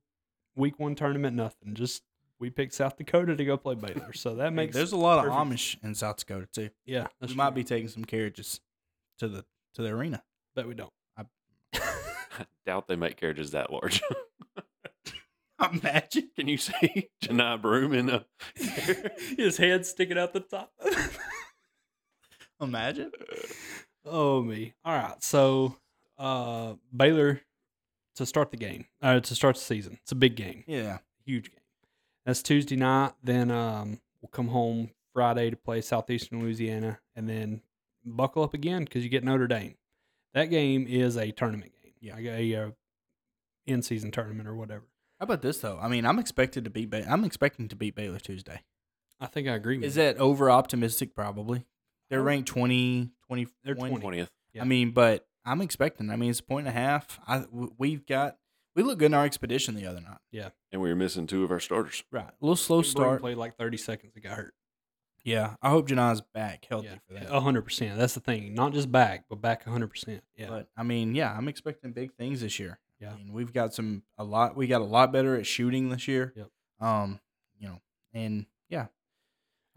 [SPEAKER 1] week one tournament, nothing. Just we picked South Dakota to go play Baylor. So that makes,
[SPEAKER 2] There's a lot of
[SPEAKER 1] perfect-
[SPEAKER 2] Amish in South Dakota too.
[SPEAKER 1] yeah,
[SPEAKER 2] We
[SPEAKER 1] that's
[SPEAKER 2] might
[SPEAKER 1] true.
[SPEAKER 2] be taking some carriages to the to the arena.
[SPEAKER 1] but we don't.
[SPEAKER 3] I doubt they make carriages that large.
[SPEAKER 2] Imagine.
[SPEAKER 3] Can you see Janai Broom in a
[SPEAKER 1] His head sticking out the top.
[SPEAKER 2] Imagine.
[SPEAKER 1] oh, me. All right. So, uh, Baylor to start the game, uh, to start the season. It's a big game.
[SPEAKER 2] Yeah.
[SPEAKER 1] huge game. That's Tuesday night. Then um, we'll come home Friday to play Southeastern Louisiana, and then buckle up again because you get Notre Dame. That game is a tournament game,
[SPEAKER 2] Yeah.
[SPEAKER 1] like a uh, in season tournament or whatever.
[SPEAKER 2] How about this though? I mean, I'm expected to beat. Ba- I'm expecting to beat Baylor Tuesday.
[SPEAKER 1] I think I agree with
[SPEAKER 2] Is
[SPEAKER 1] you.
[SPEAKER 2] that over optimistic? Probably. They're ranked 20, 20
[SPEAKER 1] They're 20.
[SPEAKER 3] 20th?
[SPEAKER 1] Yeah.
[SPEAKER 2] I mean, but I'm expecting. I mean, it's a point and a half. I w- we've got we looked good in our expedition the other night.
[SPEAKER 3] And we were missing two of our starters.
[SPEAKER 2] Right. A little slow
[SPEAKER 1] Broom
[SPEAKER 2] start.
[SPEAKER 1] played like thirty seconds. It got hurt.
[SPEAKER 2] Yeah. I hope Janai's back healthy for that.
[SPEAKER 1] Yeah, Oh, hundred percent. That's the thing. Not just back, but back hundred percent. Yeah,
[SPEAKER 2] But I mean, yeah, I'm expecting big things this year.
[SPEAKER 1] Yeah.
[SPEAKER 2] I mean, we've got some a lot we got a lot better at shooting this year.
[SPEAKER 1] Yep.
[SPEAKER 2] Um, you know, and yeah.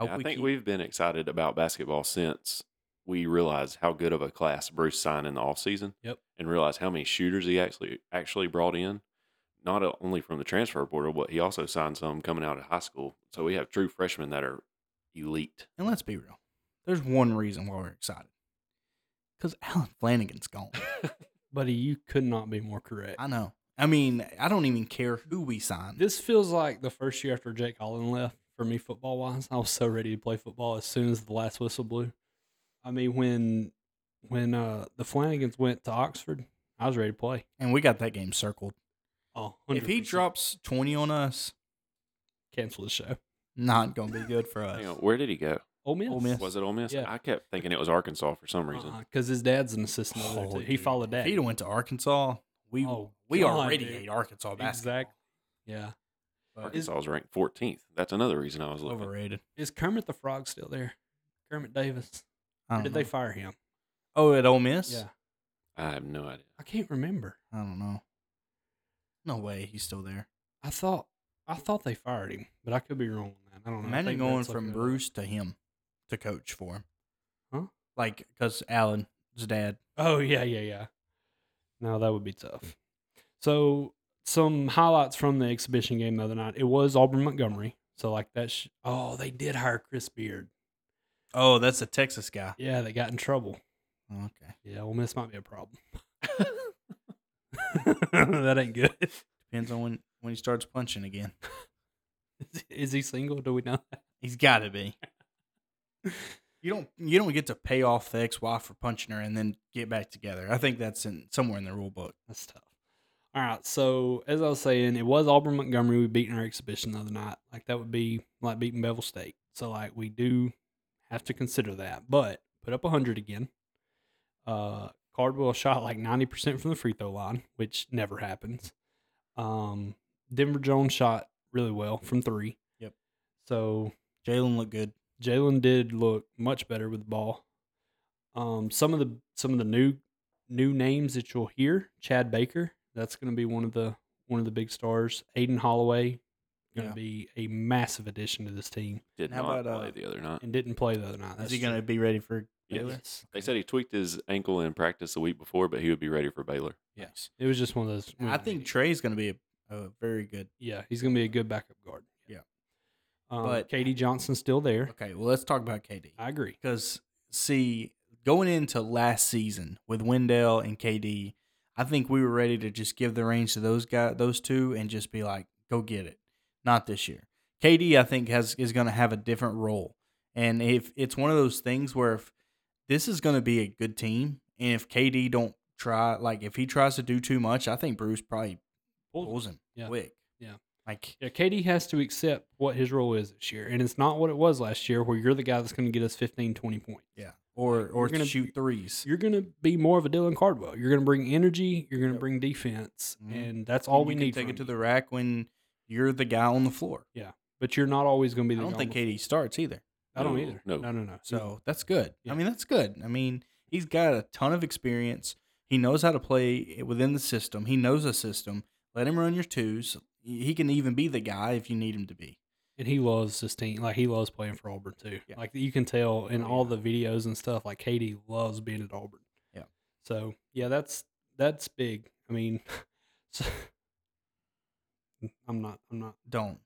[SPEAKER 3] Yeah,
[SPEAKER 2] hope
[SPEAKER 3] I think
[SPEAKER 2] Oh, keep-
[SPEAKER 3] we've been excited about basketball since we realized how good of a class Bruce signed in the offseason
[SPEAKER 1] Yep.
[SPEAKER 3] and realized how many shooters he actually actually brought in, not only from the transfer portal, but he also signed some coming out of high school. So we have true freshmen that are elite.
[SPEAKER 2] and let's be real. There's one reason why we're excited. because Alan Flanagan's gone.
[SPEAKER 1] buddy. You could not be more correct.
[SPEAKER 2] I know. I mean, I don't even care who we sign.
[SPEAKER 1] This feels like the first year after Jake Holland left for me, football wise. I was so ready to play football as soon as the last whistle blew. I mean, when when uh, the Flanagans went to Oxford, I was ready to play.
[SPEAKER 2] and we got that game circled.
[SPEAKER 1] Oh,
[SPEAKER 2] If he
[SPEAKER 1] 100%.
[SPEAKER 2] drops 20 on us,
[SPEAKER 1] cancel the show.
[SPEAKER 2] not going to be good for us.
[SPEAKER 3] Hang on, where did he go?
[SPEAKER 1] Ole Miss,
[SPEAKER 2] Ole Miss.
[SPEAKER 3] Was it Ole Miss?
[SPEAKER 1] Yeah. Uh-huh.
[SPEAKER 3] I kept thinking it was Arkansas for some reason.
[SPEAKER 1] because his dad's an assistant over there
[SPEAKER 2] Oh,
[SPEAKER 1] too. He
[SPEAKER 2] dude.
[SPEAKER 1] followed
[SPEAKER 2] If
[SPEAKER 1] that.
[SPEAKER 2] he'd have went to Arkansas, we
[SPEAKER 1] Oh,
[SPEAKER 2] we
[SPEAKER 1] God,
[SPEAKER 2] already
[SPEAKER 1] dude.
[SPEAKER 2] hate Arkansas basketball.
[SPEAKER 1] Exactly. Yeah.
[SPEAKER 2] But
[SPEAKER 3] Arkansas was ranked 14th. That's another reason I was looking.
[SPEAKER 2] overrated.
[SPEAKER 1] Is Kermit the Frog still there? Kermit Davis.
[SPEAKER 2] I
[SPEAKER 1] Or
[SPEAKER 2] don't
[SPEAKER 1] did they
[SPEAKER 2] know.
[SPEAKER 1] fire him?
[SPEAKER 2] oh, at Ole Miss?
[SPEAKER 1] Yeah.
[SPEAKER 3] I have no idea.
[SPEAKER 1] I can't remember.
[SPEAKER 2] I don't know. No way, he's still there.
[SPEAKER 1] I thought I thought they fired him, but I could be wrong on that. I don't know. I
[SPEAKER 2] Imagine
[SPEAKER 1] think
[SPEAKER 2] going
[SPEAKER 1] Brent's
[SPEAKER 2] from
[SPEAKER 1] looking it up.
[SPEAKER 2] Bruce to him to coach for him.
[SPEAKER 1] Huh?
[SPEAKER 2] Like, because Alan's dad.
[SPEAKER 1] Oh yeah, yeah, yeah. No, that would be tough. So some highlights from the exhibition game the other night. It was Auburn Montgomery. So like that. Sh- oh, they did hire Chris Beard.
[SPEAKER 2] Oh, that's a Texas guy.
[SPEAKER 1] Yeah, they got in trouble.
[SPEAKER 2] Oh, okay.
[SPEAKER 1] Yeah, Ole Miss might be a problem. that ain't good.
[SPEAKER 2] Depends on when, when he starts punching again.
[SPEAKER 1] Is he single? Do we know? that?
[SPEAKER 2] He's got to be. You don't you don't get to pay off the ex wife for punching her and then get back together. I think that's in somewhere in the rule book.
[SPEAKER 1] That's tough. All right. So as I was saying, it was Auburn Montgomery we beat in our exhibition the other night. Like that would be like beating Bevel State. So like we do have to consider that. But put up hundred again. Uh Cardwell shot like ninety percent from the free throw line, which never happens. Um Denver Jones shot really well from three.
[SPEAKER 2] Yep.
[SPEAKER 1] So
[SPEAKER 2] Jalen looked good.
[SPEAKER 1] Jalen did look much better with the ball. Um, some of the some of the new new names that you'll hear, Chad Baker, that's going to be one of the one of the big stars. Aiden Holloway, going to
[SPEAKER 2] Yeah.
[SPEAKER 1] be a massive addition to this team,
[SPEAKER 3] Did
[SPEAKER 2] How
[SPEAKER 3] not
[SPEAKER 2] about,
[SPEAKER 3] play
[SPEAKER 2] uh,
[SPEAKER 3] the other night.
[SPEAKER 1] and didn't play the other night.
[SPEAKER 2] Is
[SPEAKER 1] That's
[SPEAKER 2] he going to be ready for
[SPEAKER 3] Yes.
[SPEAKER 2] Baylor?
[SPEAKER 1] Yes.
[SPEAKER 3] They said he tweaked his ankle in practice the week before, but he would be ready for Baylor.
[SPEAKER 2] Yes.
[SPEAKER 1] It was just one of those.
[SPEAKER 2] I think Trey's going to be a, a very good.
[SPEAKER 1] yeah, he's going to be a good backup guard.
[SPEAKER 2] Yeah.
[SPEAKER 1] Um,
[SPEAKER 2] But-
[SPEAKER 1] Katie Johnson's still there.
[SPEAKER 2] Okay, well let's talk about KD
[SPEAKER 1] I agree.
[SPEAKER 2] because see going into last season with Wendell and KD, I think we were ready to just give the reins to those guy those two and just be like go get it. Not this year. KD I think has is going to have a different role. And if it's one of those things where if this is going to be a good team and if KD don't try like if he tries to do too much, I think Bruce probably pulls him
[SPEAKER 1] Yeah.
[SPEAKER 2] quick.
[SPEAKER 1] Yeah.
[SPEAKER 2] Like
[SPEAKER 1] Yeah, KD has to accept what his role is this year, and it's not what it was last year, where you're the guy that's going to get us 15, 20 points.
[SPEAKER 2] yeah. Or or
[SPEAKER 1] You're gonna-
[SPEAKER 2] shoot threes.
[SPEAKER 1] you're going to be more of a Dylan Cardwell. You're going to bring energy. You're going to
[SPEAKER 2] Yep.
[SPEAKER 1] bring defense,
[SPEAKER 2] Mhm.
[SPEAKER 1] and that's all
[SPEAKER 2] You
[SPEAKER 1] we
[SPEAKER 2] can
[SPEAKER 1] need.
[SPEAKER 2] Take
[SPEAKER 1] from
[SPEAKER 2] it to
[SPEAKER 1] you.
[SPEAKER 2] the rack when you're the guy on the floor.
[SPEAKER 1] But you're not always going to
[SPEAKER 2] I
[SPEAKER 1] be. The
[SPEAKER 2] don't
[SPEAKER 1] guy
[SPEAKER 2] think
[SPEAKER 1] on the-
[SPEAKER 2] KD starts either,
[SPEAKER 1] I don't
[SPEAKER 3] No,
[SPEAKER 1] either.
[SPEAKER 3] no.
[SPEAKER 1] no, no, no.
[SPEAKER 2] so that's good.
[SPEAKER 1] Yeah.
[SPEAKER 2] I mean, that's good. I mean, he's got a ton of experience. He knows how to play within the system. He knows the system. Let him run your twos. He can even be the guy if you need him to be.
[SPEAKER 1] and he loves this team. Like he loves playing for Auburn too.
[SPEAKER 2] Yeah.
[SPEAKER 1] Like you can tell in
[SPEAKER 2] Oh,
[SPEAKER 1] all
[SPEAKER 2] yeah.
[SPEAKER 1] the videos and stuff. Like Katie loves being at Auburn.
[SPEAKER 2] Yeah.
[SPEAKER 1] So yeah, that's that's big. I mean, so, I'm not. I'm not.
[SPEAKER 2] Don't.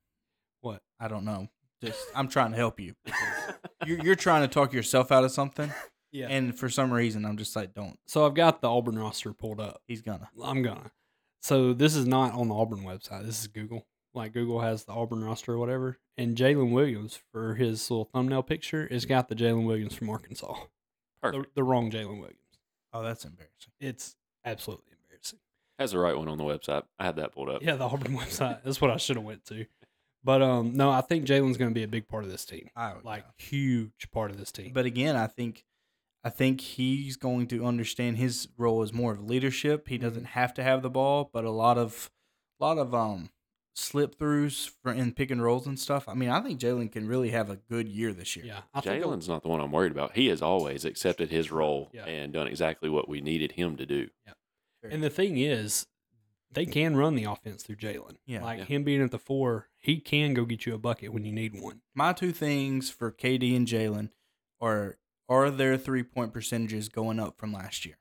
[SPEAKER 1] What?
[SPEAKER 2] I don't know. Just I'm trying to help you. You're, you're trying to talk yourself out of something,
[SPEAKER 1] Yeah.
[SPEAKER 2] and for some reason, I'm just like, don't.
[SPEAKER 1] so I've got the Auburn roster pulled up.
[SPEAKER 2] He's gonna.
[SPEAKER 1] I'm gonna. So this is not on the Auburn website. This is Google. Like Google has the Auburn roster or whatever, and Jalen Williams for his little thumbnail picture has got the Jalen Williams from Arkansas, the,
[SPEAKER 3] Perfect.
[SPEAKER 1] the wrong Jalen Williams.
[SPEAKER 2] Oh, that's embarrassing.
[SPEAKER 1] It's absolutely embarrassing.
[SPEAKER 3] Has the right one on the website. I had that pulled up.
[SPEAKER 1] Yeah, the Auburn website. That's what I should have went to. But um, no, I think Jalen's going to be a big part of this team,
[SPEAKER 2] I
[SPEAKER 3] Oh,
[SPEAKER 2] would
[SPEAKER 1] like
[SPEAKER 2] go.
[SPEAKER 1] huge part of this team.
[SPEAKER 2] But again, I think I think he's going to understand his role is more of leadership.
[SPEAKER 1] Mm-hmm.
[SPEAKER 2] He doesn't have to have the ball, but a lot of a lot of um slip throughs for in pick and rolls and stuff. I mean, I think Jalen can really have a good year this year.
[SPEAKER 1] yeah, I think it'll-
[SPEAKER 3] Jalen's not the one I'm worried about. He has always accepted his role
[SPEAKER 1] Yeah.
[SPEAKER 3] and done exactly what we needed him to do.
[SPEAKER 1] And the thing is, they can run the offense through Jalen.
[SPEAKER 2] Yeah.
[SPEAKER 1] like
[SPEAKER 3] Yeah.
[SPEAKER 1] him being at the four, he can go get you a bucket when you need one.
[SPEAKER 2] My two things for KD and Jalen are are their three point percentages going up from last year?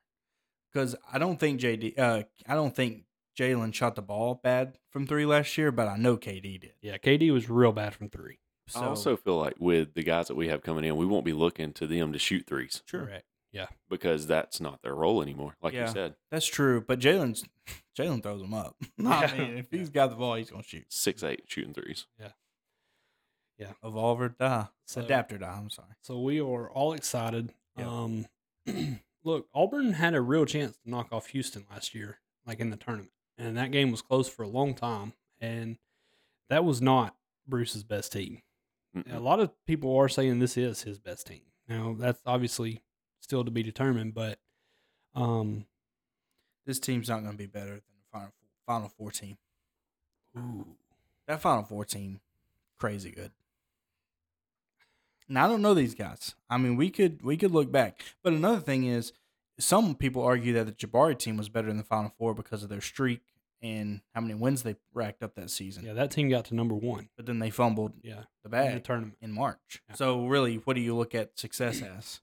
[SPEAKER 2] Because I don't think JD, uh, I don't think Jalen shot the ball bad from three last year, but I know KD did.
[SPEAKER 1] Yeah, KD was real bad from three.
[SPEAKER 2] So
[SPEAKER 3] I also feel like with the guys that we have coming in, we won't be looking to them to shoot threes.
[SPEAKER 2] Sure.
[SPEAKER 1] Correct. Yeah.
[SPEAKER 3] Because that's not their role anymore, like
[SPEAKER 2] Yeah.
[SPEAKER 3] you said.
[SPEAKER 2] That's true, but Jalen's Jalen throws him up. I
[SPEAKER 1] Yeah.
[SPEAKER 2] mean, if he's got the ball, he's gonna shoot.
[SPEAKER 3] Six eight shooting threes.
[SPEAKER 2] Evolve or die.
[SPEAKER 1] So-
[SPEAKER 2] Adapt or die. I'm sorry.
[SPEAKER 1] So we are all excited.
[SPEAKER 2] Yeah.
[SPEAKER 1] Um, look, Auburn had a real chance to knock off Houston last year, like in the tournament, and that game was close for a long time, and that was not Bruce's best team.
[SPEAKER 3] Mm-mm.
[SPEAKER 1] A lot of people are saying this is his best team. Now that's obviously still to be determined, but um,
[SPEAKER 2] This team's not gonna be better than the final four, final four team.
[SPEAKER 1] ooh,
[SPEAKER 2] That final four team, crazy good. Now I don't know these guys. I mean, we could we could look back, but another thing is, some people argue that the Jabari team was better than the final four because of their streak and how many wins they racked up that season.
[SPEAKER 1] yeah, that team got to number one.
[SPEAKER 2] But then they fumbled
[SPEAKER 1] Yeah,
[SPEAKER 2] the
[SPEAKER 1] in the
[SPEAKER 2] bag.
[SPEAKER 1] tournament.
[SPEAKER 2] in March.
[SPEAKER 1] Yeah.
[SPEAKER 2] So really, what do you look at success as?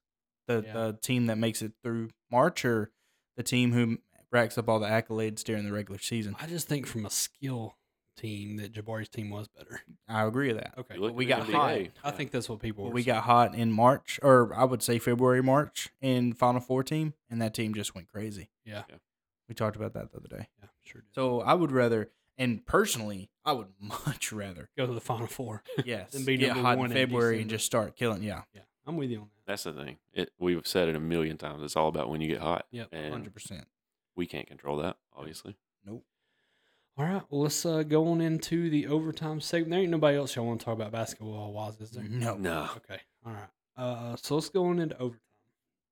[SPEAKER 2] The
[SPEAKER 1] Yeah.
[SPEAKER 2] the team that makes it through March or the team who racks up all the accolades during the regular season?
[SPEAKER 1] I just think from a skill team that Jabari's team was better.
[SPEAKER 2] I agree with that.
[SPEAKER 1] Okay,
[SPEAKER 3] You look
[SPEAKER 2] we
[SPEAKER 3] at
[SPEAKER 2] got
[SPEAKER 3] the
[SPEAKER 2] hot.
[SPEAKER 3] NBA.
[SPEAKER 1] I think that's what people.
[SPEAKER 2] But
[SPEAKER 1] Were
[SPEAKER 2] we got hot in March, or I would say February, March, in Final Four team, and that team just went crazy.
[SPEAKER 1] Yeah.
[SPEAKER 3] Yeah.
[SPEAKER 2] We talked about that the other day.
[SPEAKER 1] Yeah, sure. Did.
[SPEAKER 2] So I would rather, and personally, I would much rather,
[SPEAKER 1] go to the final four.
[SPEAKER 2] yes,
[SPEAKER 1] Than be
[SPEAKER 2] get
[SPEAKER 1] number
[SPEAKER 2] hot in
[SPEAKER 1] one in
[SPEAKER 2] February and
[SPEAKER 1] December.
[SPEAKER 2] just start killing. Yeah,
[SPEAKER 1] Yeah, I'm with you on that.
[SPEAKER 3] That's the thing. It, we've said it a million times. It's all about when you get hot.
[SPEAKER 1] Yep.
[SPEAKER 3] And
[SPEAKER 2] hundred percent.
[SPEAKER 3] we can't control that, obviously.
[SPEAKER 2] Nope.
[SPEAKER 1] All right, well, let's uh, go on into the overtime segment. There ain't nobody else y'all want to talk about basketball wise, is there?
[SPEAKER 2] No.
[SPEAKER 3] No.
[SPEAKER 1] Okay, all right. Uh, so let's go on into overtime.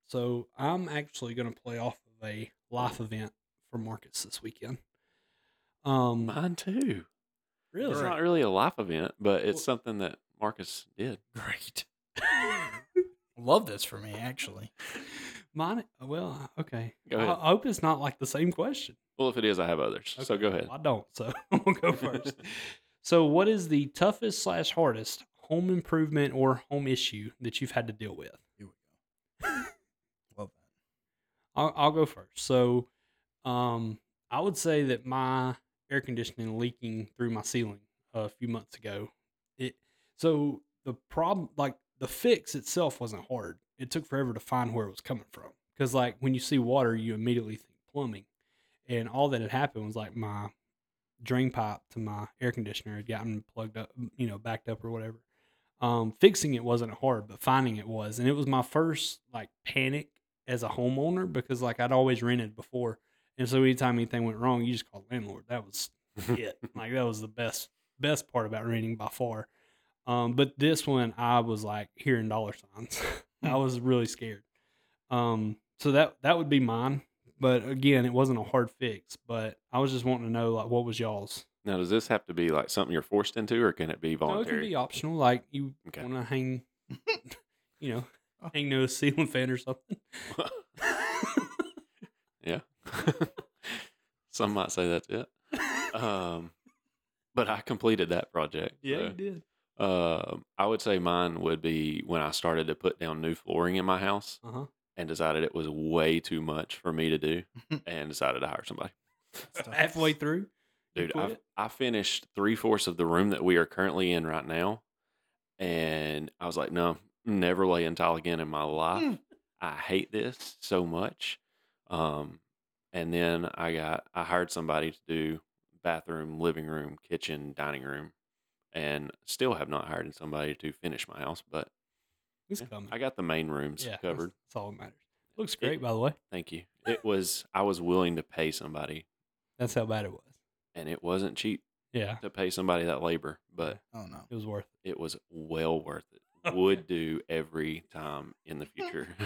[SPEAKER 1] So I'm actually going to play off of a life event for Marcus this weekend. Um,
[SPEAKER 3] Mine too.
[SPEAKER 1] really?
[SPEAKER 3] It's not really a life event, but it's
[SPEAKER 1] Well-
[SPEAKER 3] something that Marcus did.
[SPEAKER 2] Great. Love this for me, actually.
[SPEAKER 1] Mine? Well, okay.
[SPEAKER 3] Go ahead.
[SPEAKER 1] I, I hope it's not like the same question.
[SPEAKER 3] Well, if it is, I have others. So
[SPEAKER 1] Okay,
[SPEAKER 3] go ahead.
[SPEAKER 1] well, I don't, so we'll go first. so, what is the toughest slash hardest home improvement or home issue that you've had to deal with?
[SPEAKER 2] Here we go. Love that.
[SPEAKER 1] I'll, I'll go first. So, um, I would say that my air conditioning leaking through my ceiling a few months ago. It so the problem, like the fix itself, wasn't hard. It took forever to find where it was coming from because, like, when you see water, you immediately think plumbing, and all that had happened was like my drain pipe to my air conditioner had gotten plugged up, you know, backed up or whatever. Um, fixing it wasn't hard, but finding it was, and it was my first like panic as a homeowner because like I'd always rented before, and so anytime anything went wrong, you just called landlord. That was it. like that was the best best part about renting by far. Um, but this one I was like hearing dollar signs. I was really scared. Um, so that that would be mine. But again, it wasn't a hard fix. But I was just wanting to know like what was y'all's.
[SPEAKER 3] Now, does this have to be like something you're forced into, or can it be
[SPEAKER 1] No, it
[SPEAKER 3] voluntary?
[SPEAKER 1] can be optional. Like you
[SPEAKER 3] Okay.
[SPEAKER 1] want to hang, you know, hang no ceiling fan or something.
[SPEAKER 3] yeah. Some might say that's it. Um, but I completed that project. so,
[SPEAKER 1] did.
[SPEAKER 3] um, I would say mine would be when I started to put down new flooring in my house
[SPEAKER 1] Uh huh.
[SPEAKER 3] and decided it was way too much for me to do and decided to hire somebody.
[SPEAKER 2] That's tough.
[SPEAKER 1] Halfway through. You
[SPEAKER 3] Dude, I
[SPEAKER 1] quit?
[SPEAKER 3] I finished three fourths of the room that we are currently in right now, and I was like, no, never laying tile again in my life. I hate this so much. Um, and then I got I hired somebody to do bathroom, living room, kitchen, dining room, and still have not hired somebody to finish my house. But
[SPEAKER 1] It's
[SPEAKER 3] yeah,
[SPEAKER 1] coming.
[SPEAKER 3] I got the main rooms
[SPEAKER 1] Mm. that's-
[SPEAKER 3] covered.
[SPEAKER 1] That's all that matters. Looks
[SPEAKER 3] It-
[SPEAKER 1] great, by the way.
[SPEAKER 3] Thank you. It was I was willing to pay somebody,
[SPEAKER 1] That's how bad it was.
[SPEAKER 3] and it wasn't cheap
[SPEAKER 1] Yeah,
[SPEAKER 3] to pay somebody that labor, but
[SPEAKER 2] Oh no.
[SPEAKER 1] it was worth it.
[SPEAKER 3] it was well worth it. Would do every time in the future.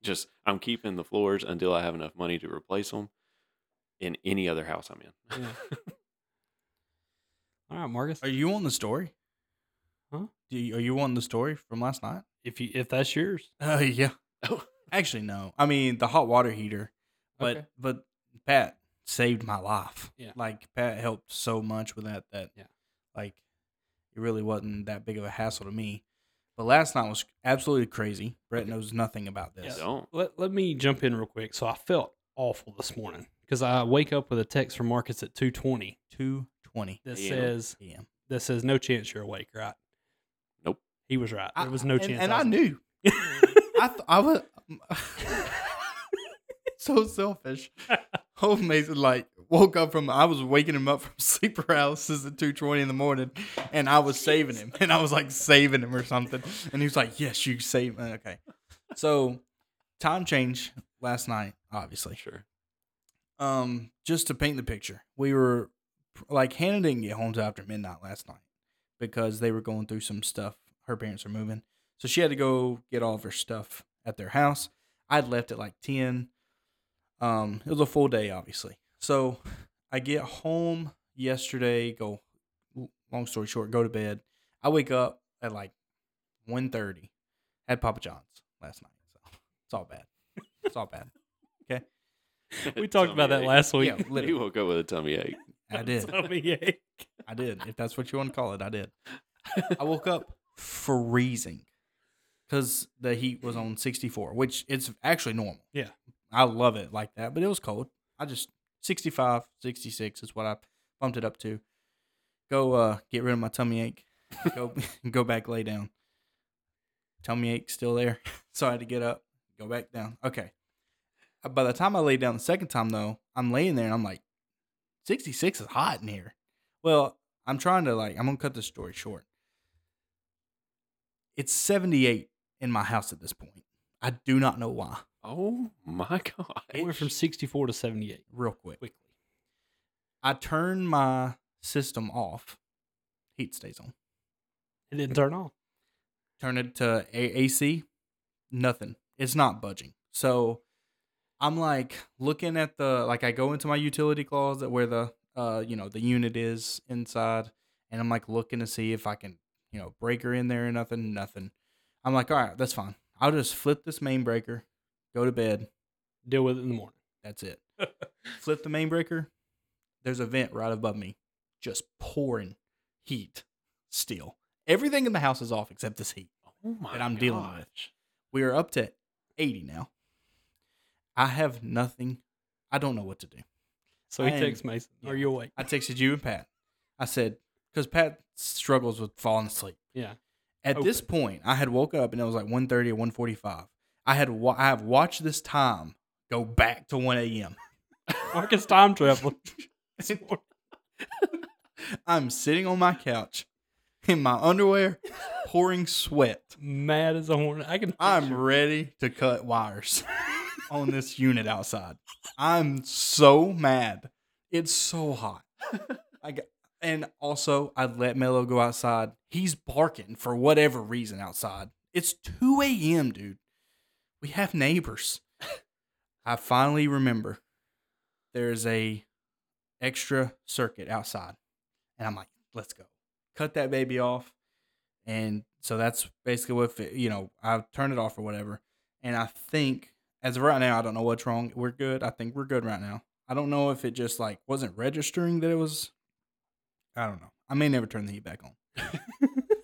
[SPEAKER 3] Just I'm keeping the floors until I have enough money to replace them in any other house I'm in.
[SPEAKER 1] Yeah. all right, Marcus.
[SPEAKER 2] Are you on the story?
[SPEAKER 1] Huh?
[SPEAKER 2] Do you, are you on the story from last night?
[SPEAKER 1] if you if that's yours,
[SPEAKER 2] Uh, yeah. Actually, no. I mean, the hot water heater, but
[SPEAKER 1] Okay.
[SPEAKER 2] but Pat saved my life.
[SPEAKER 1] Yeah.
[SPEAKER 2] Like Pat helped so much with that that
[SPEAKER 1] Yeah.
[SPEAKER 2] like it really wasn't that big of a hassle to me. But last night was absolutely crazy. Brett knows nothing about
[SPEAKER 1] Yeah.
[SPEAKER 2] this.
[SPEAKER 3] Don't.
[SPEAKER 1] let let me jump in real quick. So I felt awful this morning because I wake up with a text from Marcus at two twenty
[SPEAKER 2] Two twenty
[SPEAKER 1] that
[SPEAKER 3] Yeah.
[SPEAKER 1] says
[SPEAKER 2] p.m.
[SPEAKER 1] that says no chance you're awake, right?
[SPEAKER 3] Nope.
[SPEAKER 1] He was right.
[SPEAKER 2] I-
[SPEAKER 1] There was no
[SPEAKER 2] and-
[SPEAKER 1] chance.
[SPEAKER 2] and I,
[SPEAKER 1] was-
[SPEAKER 2] knew. I th- I was so selfish. Old Mason like woke up from I was waking him up from sleep paralysis at two twenty in the morning, and I was saving him, and I was like saving him or something, and he was like, "Yes, you save." me." Okay, so time change last night, obviously
[SPEAKER 3] Sure.
[SPEAKER 2] um, just to paint the picture, we were like Hannah didn't get home till after midnight last night because they were going through some stuff. Her parents are moving, so she had to go get all of her stuff at their house. I'd left at like ten. Um, it was a full day, obviously. So I get home yesterday. Go. Long story short, go to bed. I wake up at like 1.30 Had Papa John's last night, so it's all bad. It's all bad.
[SPEAKER 1] We talked about that
[SPEAKER 3] Tummy
[SPEAKER 1] last week.
[SPEAKER 2] yeah,
[SPEAKER 3] ache. He
[SPEAKER 2] literally,
[SPEAKER 3] woke up with a tummy ache.
[SPEAKER 2] I did.
[SPEAKER 1] Tummy ache.
[SPEAKER 2] I did. If that's what you want to call it, I did. I woke up freezing because the heat was on 64, which it's actually normal.
[SPEAKER 1] Yeah.
[SPEAKER 2] I love it like that, but it was cold. I just 65, 66 is what I bumped it up to. Go uh, get rid of my tummy ache. Go go back lay down. Tummy ache still there, so I had to get up, go back down. Okay. Uh, By the time I lay down the second time though, I'm laying there and I'm like, 66 is hot in here. Well, I'm trying to like I'm gonna cut this story short. It's 78 in my house at this point. I do not know why.
[SPEAKER 3] Oh my god.
[SPEAKER 1] It went from 64 to 78
[SPEAKER 2] Real quick,
[SPEAKER 1] quickly.
[SPEAKER 2] I turn my system off. Heat stays on.
[SPEAKER 1] It didn't turn off.
[SPEAKER 2] Turn it to A- AC. Nothing. It's not budging. So I'm like looking at the like I go into my utility closet where the uh you know the unit is inside, and I'm like looking to see if I can you know break her in there or nothing. Nothing. I'm like, all right, that's fine. I'll just flip this main breaker, go to bed.
[SPEAKER 1] Deal with it in the morning.
[SPEAKER 2] That's it. Flip the main breaker. There's a vent right above me, just pouring heat still. Everything in the house is off except this heat.
[SPEAKER 3] Oh my
[SPEAKER 2] that I'm dealing with.
[SPEAKER 3] gosh.
[SPEAKER 2] We are up to 80 now. I have nothing. I don't know what to do.
[SPEAKER 1] So he
[SPEAKER 2] I am-
[SPEAKER 1] texts Mason,
[SPEAKER 2] yeah.
[SPEAKER 1] Are you awake?
[SPEAKER 2] I texted you and Pat. I said, because Pat struggles with falling asleep.
[SPEAKER 1] Yeah.
[SPEAKER 2] At this point, I had woke up and it was like 1.30 or 1.45. I had wa- I have watched this time go back to 1 a.m.
[SPEAKER 1] Marcus time traveling.
[SPEAKER 2] I'm sitting on my couch in my underwear, pouring sweat.
[SPEAKER 1] Mad as a hornet. I can.
[SPEAKER 2] I'm
[SPEAKER 1] picture-
[SPEAKER 2] ready to cut wires on this unit outside. I'm so mad. It's so hot. I got, and also, I let Melo go outside. He's barking for whatever reason outside. It's 2 a.m., dude. We have neighbors. I finally remember there's a extra circuit outside. And I'm like, let's go. Cut that baby off. And so that's basically what, fi- you know, I've turned it off or whatever. And I think, as of right now, I don't know what's wrong. We're good. I think we're good right now. I don't know if it just like wasn't registering that it was. I don't know. I may never turn the heat back on.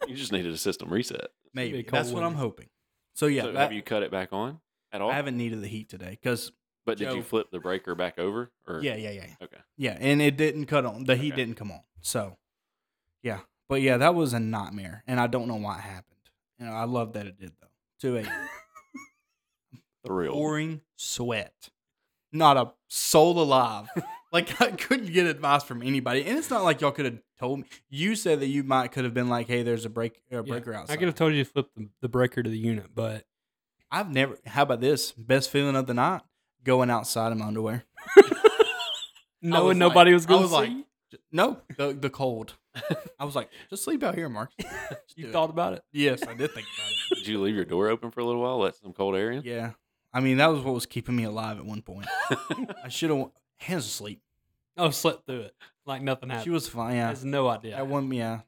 [SPEAKER 3] You just needed a system reset.
[SPEAKER 1] gonna be a
[SPEAKER 2] Maybe.
[SPEAKER 1] cold
[SPEAKER 2] That's what I'm
[SPEAKER 1] winter.
[SPEAKER 2] hoping. So, yeah,
[SPEAKER 3] so
[SPEAKER 2] that-
[SPEAKER 3] have you cut it back on at all?
[SPEAKER 2] I haven't needed the heat today because,
[SPEAKER 3] But did
[SPEAKER 2] Joe.
[SPEAKER 3] you flip the breaker back over? Or
[SPEAKER 2] yeah, yeah, yeah.
[SPEAKER 3] Okay.
[SPEAKER 2] Yeah, and it didn't cut on. The heat
[SPEAKER 3] Okay.
[SPEAKER 2] didn't come on. So, yeah, but yeah, that was a nightmare, and I don't know why it happened. You know, I love that it did though. Two a
[SPEAKER 3] Thrilled.
[SPEAKER 2] pouring sweat, not a soul alive. like I couldn't get advice from anybody, and it's not like y'all could have told me. You said that you might could have been like, "Hey, there's a break, a
[SPEAKER 1] Yeah.
[SPEAKER 2] breaker outside."
[SPEAKER 1] I could have told you to flip the, the breaker to the unit, but
[SPEAKER 2] I've never. How about this? Best feeling of the night: going outside in my underwear.
[SPEAKER 1] knowing
[SPEAKER 2] was like-
[SPEAKER 1] nobody was
[SPEAKER 2] I
[SPEAKER 1] going to
[SPEAKER 2] was
[SPEAKER 1] see,
[SPEAKER 2] like, J- No, the the cold. I was like, just sleep out here, Mark. Just do
[SPEAKER 1] you
[SPEAKER 2] it.
[SPEAKER 1] thought about it.
[SPEAKER 2] Yes, I did think about it.
[SPEAKER 3] Did you leave your door open for a little while, let some cold air in?
[SPEAKER 2] Yeah. I mean, that was what was keeping me alive at one point. I should have hands asleep.
[SPEAKER 1] Oh, slept through it like nothing happened.
[SPEAKER 2] She was fine. Yeah.
[SPEAKER 1] has no idea.
[SPEAKER 2] That one, yeah.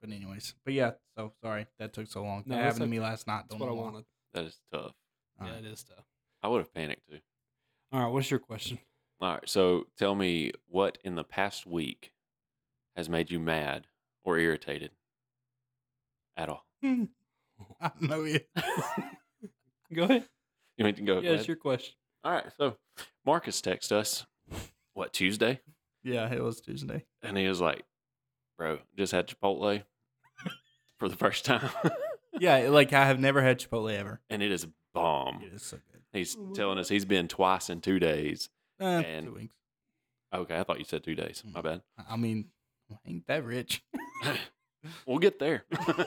[SPEAKER 2] But anyways, but yeah. So sorry that took so long.
[SPEAKER 1] No,
[SPEAKER 2] that
[SPEAKER 1] that's
[SPEAKER 2] happened to me
[SPEAKER 1] okay.
[SPEAKER 2] last night.
[SPEAKER 1] That's
[SPEAKER 2] Don't
[SPEAKER 1] what I
[SPEAKER 2] know why.
[SPEAKER 1] wanted.
[SPEAKER 3] That is tough.
[SPEAKER 2] All
[SPEAKER 1] Yeah,
[SPEAKER 2] right.
[SPEAKER 1] it is tough.
[SPEAKER 3] I would have panicked too.
[SPEAKER 1] All right, what's your question?
[SPEAKER 3] All right. So tell me what in the past week has made you mad or irritated at all?
[SPEAKER 2] I know it.
[SPEAKER 1] Go ahead.
[SPEAKER 3] You need to go.
[SPEAKER 1] Yeah,
[SPEAKER 3] ahead?
[SPEAKER 1] it's your question.
[SPEAKER 3] All right. So Marcus texted us, what, Tuesday?
[SPEAKER 2] Yeah, it was Tuesday.
[SPEAKER 3] And he was like, bro, just had Chipotle for the first time.
[SPEAKER 2] Yeah, like I have never had Chipotle ever.
[SPEAKER 3] and it is bomb.
[SPEAKER 2] It is so good.
[SPEAKER 3] He's telling us he's been twice in two days.
[SPEAKER 2] Eh,
[SPEAKER 3] And-
[SPEAKER 2] two weeks.
[SPEAKER 3] Okay, I thought you said two days. My bad.
[SPEAKER 2] I- I mean, I ain't that rich.
[SPEAKER 3] We'll get there.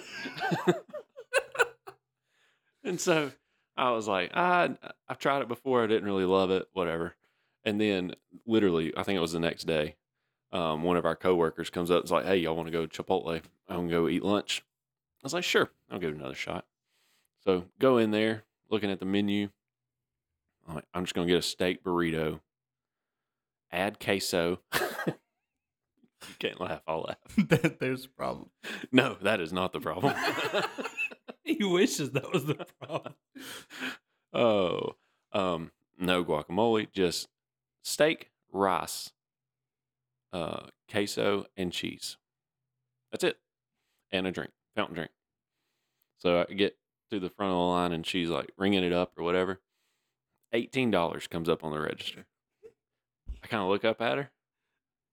[SPEAKER 3] and so I was like, I I've tried it before. I didn't really love it. Whatever. And then literally, I think it was the next day. Um, one of our coworkers comes up and's like, "Hey, y'all want to go to Chipotle? I want to go eat lunch." I was like, "Sure, I'll give it another shot." So go in there, looking at the menu. I'm like, "I'm just gonna get a steak burrito, add queso." you can't laugh. I'll laugh.
[SPEAKER 2] That- There's a problem.
[SPEAKER 3] No, that is not the problem.
[SPEAKER 1] he wishes that was the problem.
[SPEAKER 3] oh, um, no guacamole, just steak, rice, uh, queso, and cheese. That's it. And a drink, fountain drink. So I get to the front of the line and she's like ringing it up or whatever. $18 comes up on the register. I kind of look up at her.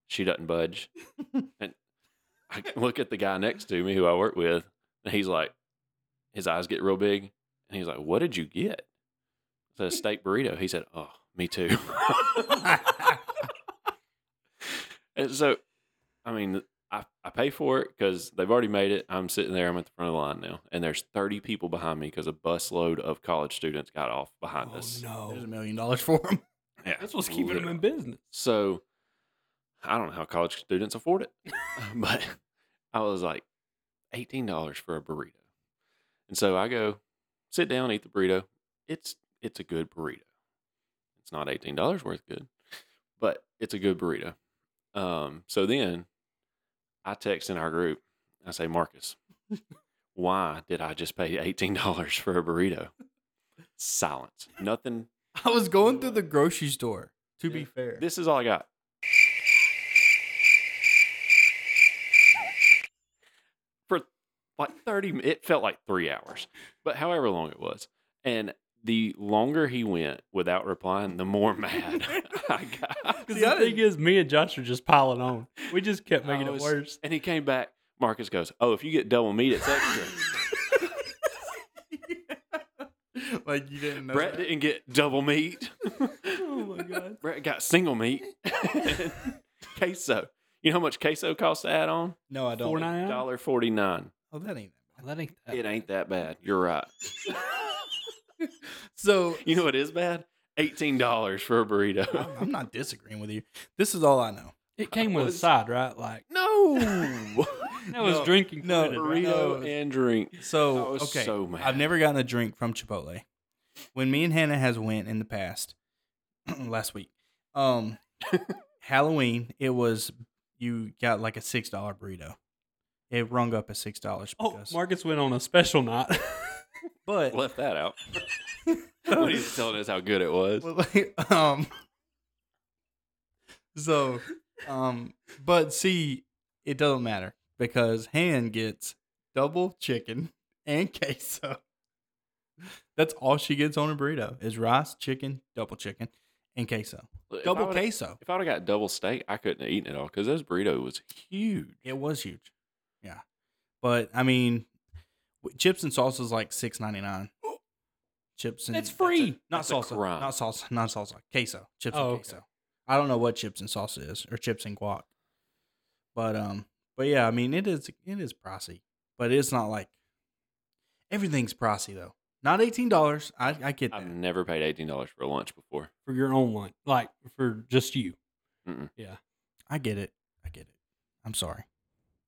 [SPEAKER 3] She doesn't budge. and I look at the guy next to me who I work with, and he's like, his eyes get real big. And he's like, What did you get? I said, A steak burrito. He said, Oh, me too.
[SPEAKER 1] Oh,
[SPEAKER 3] and so, I mean, I, I pay for it because they've already made it. I'm sitting there, I'm at the front of the line now. And there's 30 people behind me because a busload of college students got off behind us.
[SPEAKER 2] There's a million dollars for him.
[SPEAKER 3] Yeah,
[SPEAKER 1] Oh, That's what's keeping him
[SPEAKER 3] literally.
[SPEAKER 1] in business.
[SPEAKER 3] So I don't know how college students afford it, but I was like $18 for a burrito. And so I go sit down, eat the burrito. It's it's a good burrito. It's not $18 worth good, but it's a good burrito. Um, so then I text in our group. I say, Marcus, why did I just pay $18 for a burrito? Silence. Nothing.
[SPEAKER 2] I was going through the grocery store. To be
[SPEAKER 3] Yeah.
[SPEAKER 2] fair,
[SPEAKER 3] This is all I got. For like 30, mi- it felt like three hours, but however long it was. And the longer he went without replying, the more mad I got.
[SPEAKER 1] Because
[SPEAKER 2] See,
[SPEAKER 1] the
[SPEAKER 2] I
[SPEAKER 1] thing
[SPEAKER 2] didn't-
[SPEAKER 1] is, me and Josh are just piling on. We just kept
[SPEAKER 3] I
[SPEAKER 1] making
[SPEAKER 3] was-
[SPEAKER 1] it worse.
[SPEAKER 3] And he came back. Marcus goes, Oh, if you get double meat, it's extra.
[SPEAKER 2] like you didn't know.
[SPEAKER 3] Brett
[SPEAKER 2] that.
[SPEAKER 3] didn't get double meat.
[SPEAKER 1] Oh my god!
[SPEAKER 3] Brett got single meat. queso. You know how much queso costs to add on?
[SPEAKER 2] No, I don't.
[SPEAKER 1] Four nine. out?
[SPEAKER 3] Dollar forty nine.
[SPEAKER 2] Oh, that ain't.
[SPEAKER 1] Well, That ain't that.
[SPEAKER 3] It ain't that bad. You're right.
[SPEAKER 2] So
[SPEAKER 3] You know what is bad? Eighteen dollars for a burrito.
[SPEAKER 2] I'm not disagreeing with you. This is all I know.
[SPEAKER 1] It came with a
[SPEAKER 3] was-
[SPEAKER 1] side, right? Like
[SPEAKER 3] No,
[SPEAKER 1] that was
[SPEAKER 2] No,
[SPEAKER 1] drinking.
[SPEAKER 2] no,
[SPEAKER 1] credit, right?
[SPEAKER 3] burrito
[SPEAKER 2] No.
[SPEAKER 3] and drink.
[SPEAKER 2] So
[SPEAKER 3] I was
[SPEAKER 2] okay,
[SPEAKER 3] so mad.
[SPEAKER 2] I've never gotten a drink from Chipotle. When me and Hannah has went in the past, last week, um, Halloween, it was you got like a six dollar burrito. It rung up at six dollars.
[SPEAKER 1] Oh, Marcus went on a special night.
[SPEAKER 2] but
[SPEAKER 3] left that out. when he's telling us how good it was,
[SPEAKER 2] Well, like, um, so, um, but see, it doesn't matter because Han gets double chicken and queso. That's all she gets on a burrito is rice, chicken, double chicken, and queso.
[SPEAKER 3] If I
[SPEAKER 2] Double
[SPEAKER 3] would've-
[SPEAKER 2] queso.
[SPEAKER 3] If I would have got double steak, I couldn't have eaten it all because this burrito was huge.
[SPEAKER 2] It was huge. Yeah, but I mean, w- chips and salsa is like six ninety nine. Chips and
[SPEAKER 1] Oh. That's free.
[SPEAKER 2] Not
[SPEAKER 3] That's a
[SPEAKER 2] salsa.
[SPEAKER 3] crime.
[SPEAKER 2] Not salsa. Not salsa. Queso. Chips
[SPEAKER 1] Oh,
[SPEAKER 2] and
[SPEAKER 1] okay.
[SPEAKER 2] queso. I don't know what chips and salsa is or chips and guac. But um but yeah, I mean it is it is pricey. But it's not like everything's pricey though. Not eighteen dollars. I, I get that.
[SPEAKER 3] I've never paid eighteen dollars for lunch before.
[SPEAKER 1] for your own lunch, like for just you.
[SPEAKER 3] Mm-mm.
[SPEAKER 1] Yeah,
[SPEAKER 2] I get it. I get it. I'm sorry.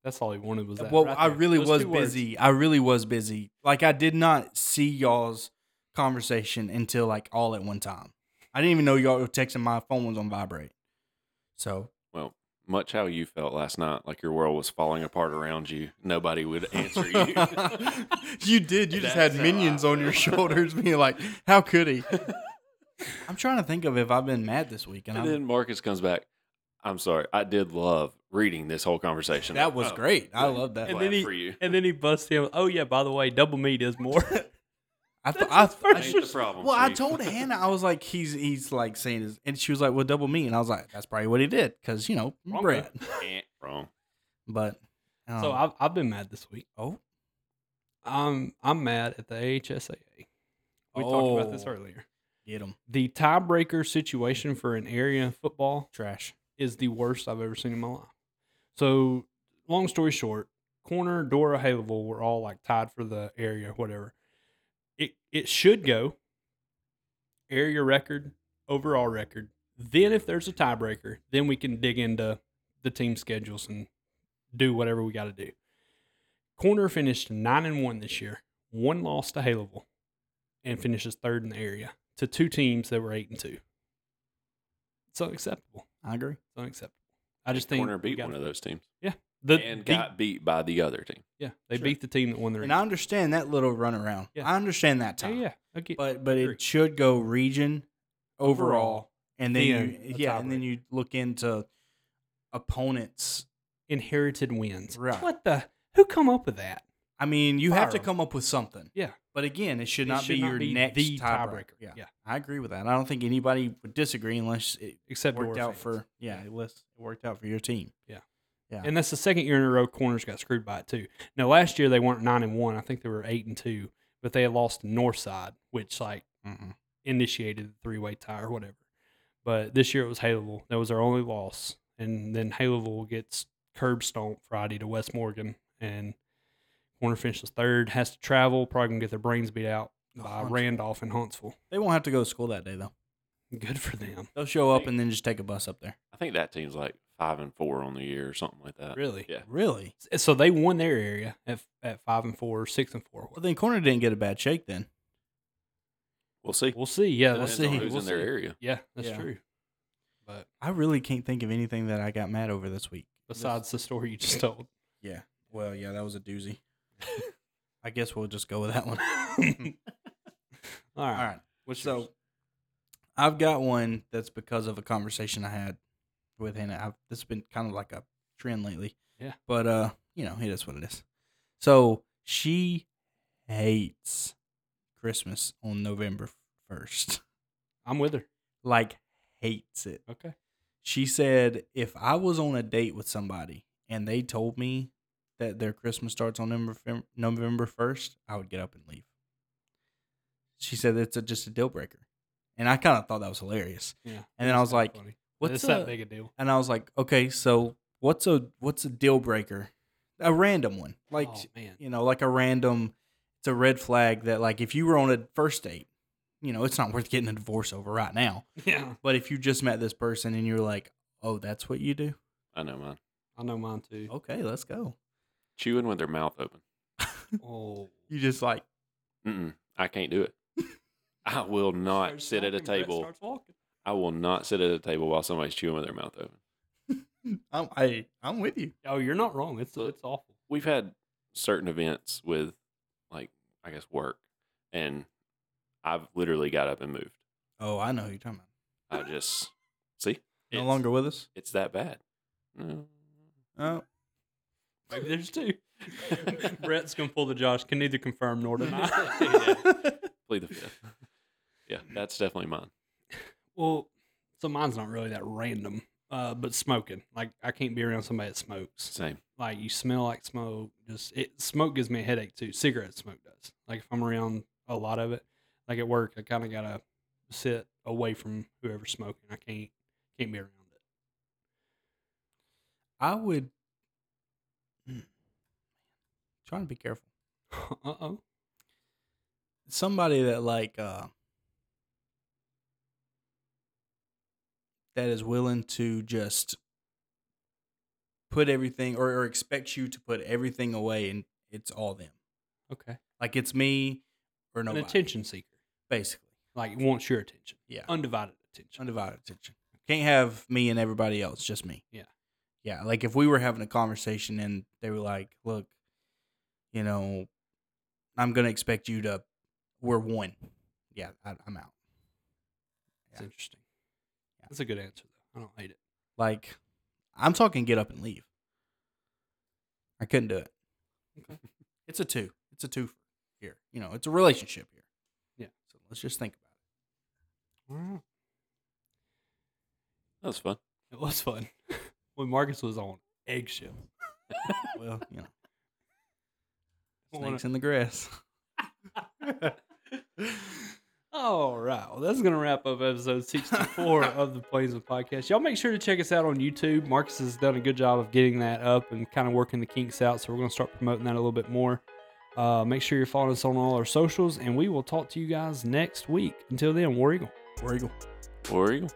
[SPEAKER 1] that's all he wanted was that.
[SPEAKER 2] well,
[SPEAKER 1] right
[SPEAKER 2] I
[SPEAKER 1] there.
[SPEAKER 2] really
[SPEAKER 1] Those
[SPEAKER 2] was
[SPEAKER 1] two words.
[SPEAKER 2] busy. I really was busy. Like I did not see y'all's conversation until like all at one time. I didn't even know y'all were texting. My phone was on vibrate. So
[SPEAKER 3] Much how you felt last night, like your world was falling apart around you. Nobody would answer you.
[SPEAKER 2] you did. You just
[SPEAKER 3] That's
[SPEAKER 2] had
[SPEAKER 3] how
[SPEAKER 2] minions
[SPEAKER 3] I
[SPEAKER 2] on your
[SPEAKER 3] feel.
[SPEAKER 2] shoulders, being like, "How could he?" I'm trying to think of if I've been mad this week, and,
[SPEAKER 3] and
[SPEAKER 2] I'm,
[SPEAKER 3] then Marcus comes back. I'm sorry. I did love reading this whole conversation.
[SPEAKER 2] that was
[SPEAKER 3] Oh,
[SPEAKER 2] great. I love that.
[SPEAKER 1] And
[SPEAKER 3] glad
[SPEAKER 1] then he-
[SPEAKER 3] for you.
[SPEAKER 1] And then he busts him. Oh yeah, by the way, double meat is more.
[SPEAKER 2] I, th-
[SPEAKER 1] That's
[SPEAKER 2] I,
[SPEAKER 1] his
[SPEAKER 2] th- I
[SPEAKER 1] first
[SPEAKER 2] sh-
[SPEAKER 3] Ain't the problem.
[SPEAKER 2] well, I
[SPEAKER 3] Chief.
[SPEAKER 2] told Hannah, I was like, "He's he's like saying," his, and she was like, "Well, double me," and I was like, "That's probably what he did," because you know,
[SPEAKER 1] Wrong
[SPEAKER 2] Brett.
[SPEAKER 3] Eh, wrong.
[SPEAKER 2] But um,
[SPEAKER 1] so I've I've been mad this week.
[SPEAKER 2] oh
[SPEAKER 1] I'm I'm mad at the AHSAA. We talked about this
[SPEAKER 2] Oh.
[SPEAKER 1] earlier.
[SPEAKER 2] Get them.
[SPEAKER 1] The tiebreaker situation for an area in football
[SPEAKER 2] Trash.
[SPEAKER 1] is the worst I've ever seen in my life. So, long story short, corner, Dora, Haleville were all like tied for the area, whatever. It it should go area record, overall record. Then, if there's a tiebreaker, then we can dig into the team schedules and do whatever we got to do. Corner finished nine and one this year, one loss to Haleville, and finishes third in the area to two teams that were eight and two. It's unacceptable.
[SPEAKER 2] I agree.
[SPEAKER 1] It's unacceptable. I just think
[SPEAKER 3] Corner
[SPEAKER 1] we
[SPEAKER 3] beat
[SPEAKER 1] gotta
[SPEAKER 3] one of
[SPEAKER 1] fix-
[SPEAKER 3] those teams
[SPEAKER 1] The,
[SPEAKER 3] and
[SPEAKER 1] the-
[SPEAKER 3] got beat by the other team.
[SPEAKER 1] yeah, they
[SPEAKER 2] Sure.
[SPEAKER 1] beat the team that won the
[SPEAKER 2] And I understand that little runaround.
[SPEAKER 1] Yeah.
[SPEAKER 2] I understand that
[SPEAKER 1] Yeah,
[SPEAKER 2] time.
[SPEAKER 1] yeah, I get-
[SPEAKER 2] But but
[SPEAKER 1] Agree.
[SPEAKER 2] it should go region overall,
[SPEAKER 1] Overall,
[SPEAKER 2] and then
[SPEAKER 1] then
[SPEAKER 2] you,
[SPEAKER 1] a
[SPEAKER 2] yeah, and then
[SPEAKER 1] tiebreaker.
[SPEAKER 2] you look into opponents.
[SPEAKER 1] inherited wins.
[SPEAKER 2] Right.
[SPEAKER 1] What the? Who come up with that?
[SPEAKER 2] I mean, you have
[SPEAKER 1] Fire
[SPEAKER 2] to
[SPEAKER 1] 'em.
[SPEAKER 2] come up with something.
[SPEAKER 1] Yeah.
[SPEAKER 2] But again, it should
[SPEAKER 1] It
[SPEAKER 2] not
[SPEAKER 1] should
[SPEAKER 2] be
[SPEAKER 1] not
[SPEAKER 2] your
[SPEAKER 1] be
[SPEAKER 2] next
[SPEAKER 1] the
[SPEAKER 2] tiebreaker.
[SPEAKER 1] tiebreaker.
[SPEAKER 2] Yeah.
[SPEAKER 1] Yeah.
[SPEAKER 2] I agree with that. I don't think anybody would disagree unless it
[SPEAKER 1] Except
[SPEAKER 2] worked
[SPEAKER 1] Dora
[SPEAKER 2] out
[SPEAKER 1] fans.
[SPEAKER 2] for yeah, unless it worked out for your team.
[SPEAKER 1] And that's the second year in a row corners got screwed by it too. Now last year they weren't nine and one. I think they were eight and two, but they had lost to Northside, which like initiated the three way tie or whatever. But this year it was Haleville. That was their only loss. And then Haleville gets curb stomped Friday to West Morgan and Warner finishes third, has to travel, probably gonna get their brains beat out
[SPEAKER 2] Oh,
[SPEAKER 1] by
[SPEAKER 2] Huntsville.
[SPEAKER 1] Randolph and Huntsville.
[SPEAKER 2] They won't have to go to school that day though.
[SPEAKER 1] Good for them.
[SPEAKER 2] They'll show up and then just take a bus up there.
[SPEAKER 3] I think that team's like five and four on the year or something like that.
[SPEAKER 1] Really?
[SPEAKER 3] Uh, Yeah.
[SPEAKER 2] Really?
[SPEAKER 1] So they won their area at, at five and four, six and four.
[SPEAKER 2] Well, then Corner didn't get a bad shake then.
[SPEAKER 3] We'll see.
[SPEAKER 1] We'll see. Yeah,
[SPEAKER 2] We'll
[SPEAKER 1] that's
[SPEAKER 3] Depends on
[SPEAKER 2] see.
[SPEAKER 3] who's
[SPEAKER 2] We'll
[SPEAKER 3] in their
[SPEAKER 2] see.
[SPEAKER 3] area.
[SPEAKER 1] yeah, that's
[SPEAKER 2] Yeah.
[SPEAKER 1] true. But
[SPEAKER 2] I really can't think of anything that I got mad over this week.
[SPEAKER 1] besides the story you just told,
[SPEAKER 2] yeah. Well, yeah, that was a doozy. I guess we'll just go with that one.
[SPEAKER 1] all right.
[SPEAKER 2] All right.
[SPEAKER 1] What's
[SPEAKER 2] so
[SPEAKER 1] yours?
[SPEAKER 2] I've got one that's because of a conversation I had with Hannah. I've, this has been kind of like a trend lately.
[SPEAKER 1] Yeah.
[SPEAKER 2] But uh, you know, it is what it is. So she hates Christmas on November first.
[SPEAKER 1] I'm with her.
[SPEAKER 2] Like hates it.
[SPEAKER 1] Okay.
[SPEAKER 2] She said, if I was on a date with somebody and they told me that their Christmas starts on November November first, I would get up and leave. She said it's a, just a deal breaker, and I kind of thought that was hilarious.
[SPEAKER 1] Yeah.
[SPEAKER 2] And then I was like,
[SPEAKER 1] funny.
[SPEAKER 2] "What's
[SPEAKER 1] it's
[SPEAKER 2] a,
[SPEAKER 1] that big a deal?
[SPEAKER 2] And I was like, "Okay, so what's a what's a deal breaker? A random one, like
[SPEAKER 1] oh, man,
[SPEAKER 2] you know, like a random. It's a red flag that like if you were on a first date, you know, it's not worth getting a divorce over right now.
[SPEAKER 1] yeah,
[SPEAKER 2] But if you just met this person and you're like, oh, that's what you do.
[SPEAKER 3] I know mine.
[SPEAKER 1] I know mine too.
[SPEAKER 2] Okay, let's go.
[SPEAKER 3] Chewing with their mouth open.
[SPEAKER 1] Oh,
[SPEAKER 2] You just like
[SPEAKER 3] Mm-mm, I can't do it. I will not
[SPEAKER 1] Starts
[SPEAKER 3] sit at a
[SPEAKER 1] talking, Brett
[SPEAKER 3] table.
[SPEAKER 1] starts walking.
[SPEAKER 3] I will not sit at a table while somebody's chewing with their mouth open.
[SPEAKER 2] I'm I, I'm with you.
[SPEAKER 1] Oh, you're not wrong. It's it's awful.
[SPEAKER 3] We've had certain events with, like, I guess work, and I've literally got up and moved.
[SPEAKER 2] Oh, I know who you're talking about.
[SPEAKER 3] I just see
[SPEAKER 2] No
[SPEAKER 3] it's,
[SPEAKER 2] longer with us.
[SPEAKER 3] It's that bad. Mm.
[SPEAKER 2] Oh,
[SPEAKER 1] Maybe there's two. Brett's gonna pull the Josh. Can neither confirm nor deny.
[SPEAKER 3] Yeah. Plead the fifth. Yeah, that's definitely mine.
[SPEAKER 1] Well, so mine's not really that random. Uh, but smoking, like I can't be around somebody that smokes.
[SPEAKER 3] Same.
[SPEAKER 1] like you smell like smoke. Just it smoke gives me a headache too. Cigarette smoke does. Like if I'm around a lot of it, like at work, I kind of gotta sit away from whoever's smoking. I can't can't be around it.
[SPEAKER 2] I would Hmm. trying to be careful.
[SPEAKER 1] uh oh.
[SPEAKER 2] Somebody that like uh that is willing to just put everything or, or expects you to put everything away and it's all them.
[SPEAKER 1] Okay.
[SPEAKER 2] Like it's me or
[SPEAKER 1] An
[SPEAKER 2] nobody.
[SPEAKER 1] attention seeker.
[SPEAKER 2] Basically.
[SPEAKER 1] Like wants your attention,
[SPEAKER 2] Yeah.
[SPEAKER 1] undivided attention.
[SPEAKER 2] Undivided attention. Can't have me and everybody else, just me.
[SPEAKER 1] Yeah.
[SPEAKER 2] Yeah. Like if we were having a conversation and they were like, look, you know, I'm going to expect you to, we're one. Yeah. I, I'm out.
[SPEAKER 1] It's
[SPEAKER 2] Yeah.
[SPEAKER 1] interesting.
[SPEAKER 2] Yeah.
[SPEAKER 1] That's a good answer though. I don't hate it.
[SPEAKER 2] Like I'm talking get up and leave. I couldn't do it.
[SPEAKER 1] Okay.
[SPEAKER 2] It's a two. It's a two here. You know, it's a relationship here.
[SPEAKER 1] Yeah.
[SPEAKER 2] So let's just think about
[SPEAKER 1] Wow.
[SPEAKER 3] That was fun.
[SPEAKER 1] It was fun. when Marcus was on eggshell.
[SPEAKER 2] it. Well, you know,
[SPEAKER 1] I don't wanna-
[SPEAKER 2] snakes in the grass.
[SPEAKER 1] All right. Well, that's going to wrap up episode 64 of the Plainsman Podcast. Y'all make sure to check us out on YouTube. Marcus has done a good job of getting that up and kind of working the kinks out. So we're going to start promoting that a little bit more. Uh, make sure you're following us on all our socials, and we will talk to you guys next week. Until then, War Eagle.
[SPEAKER 2] War Eagle.
[SPEAKER 3] War Eagle.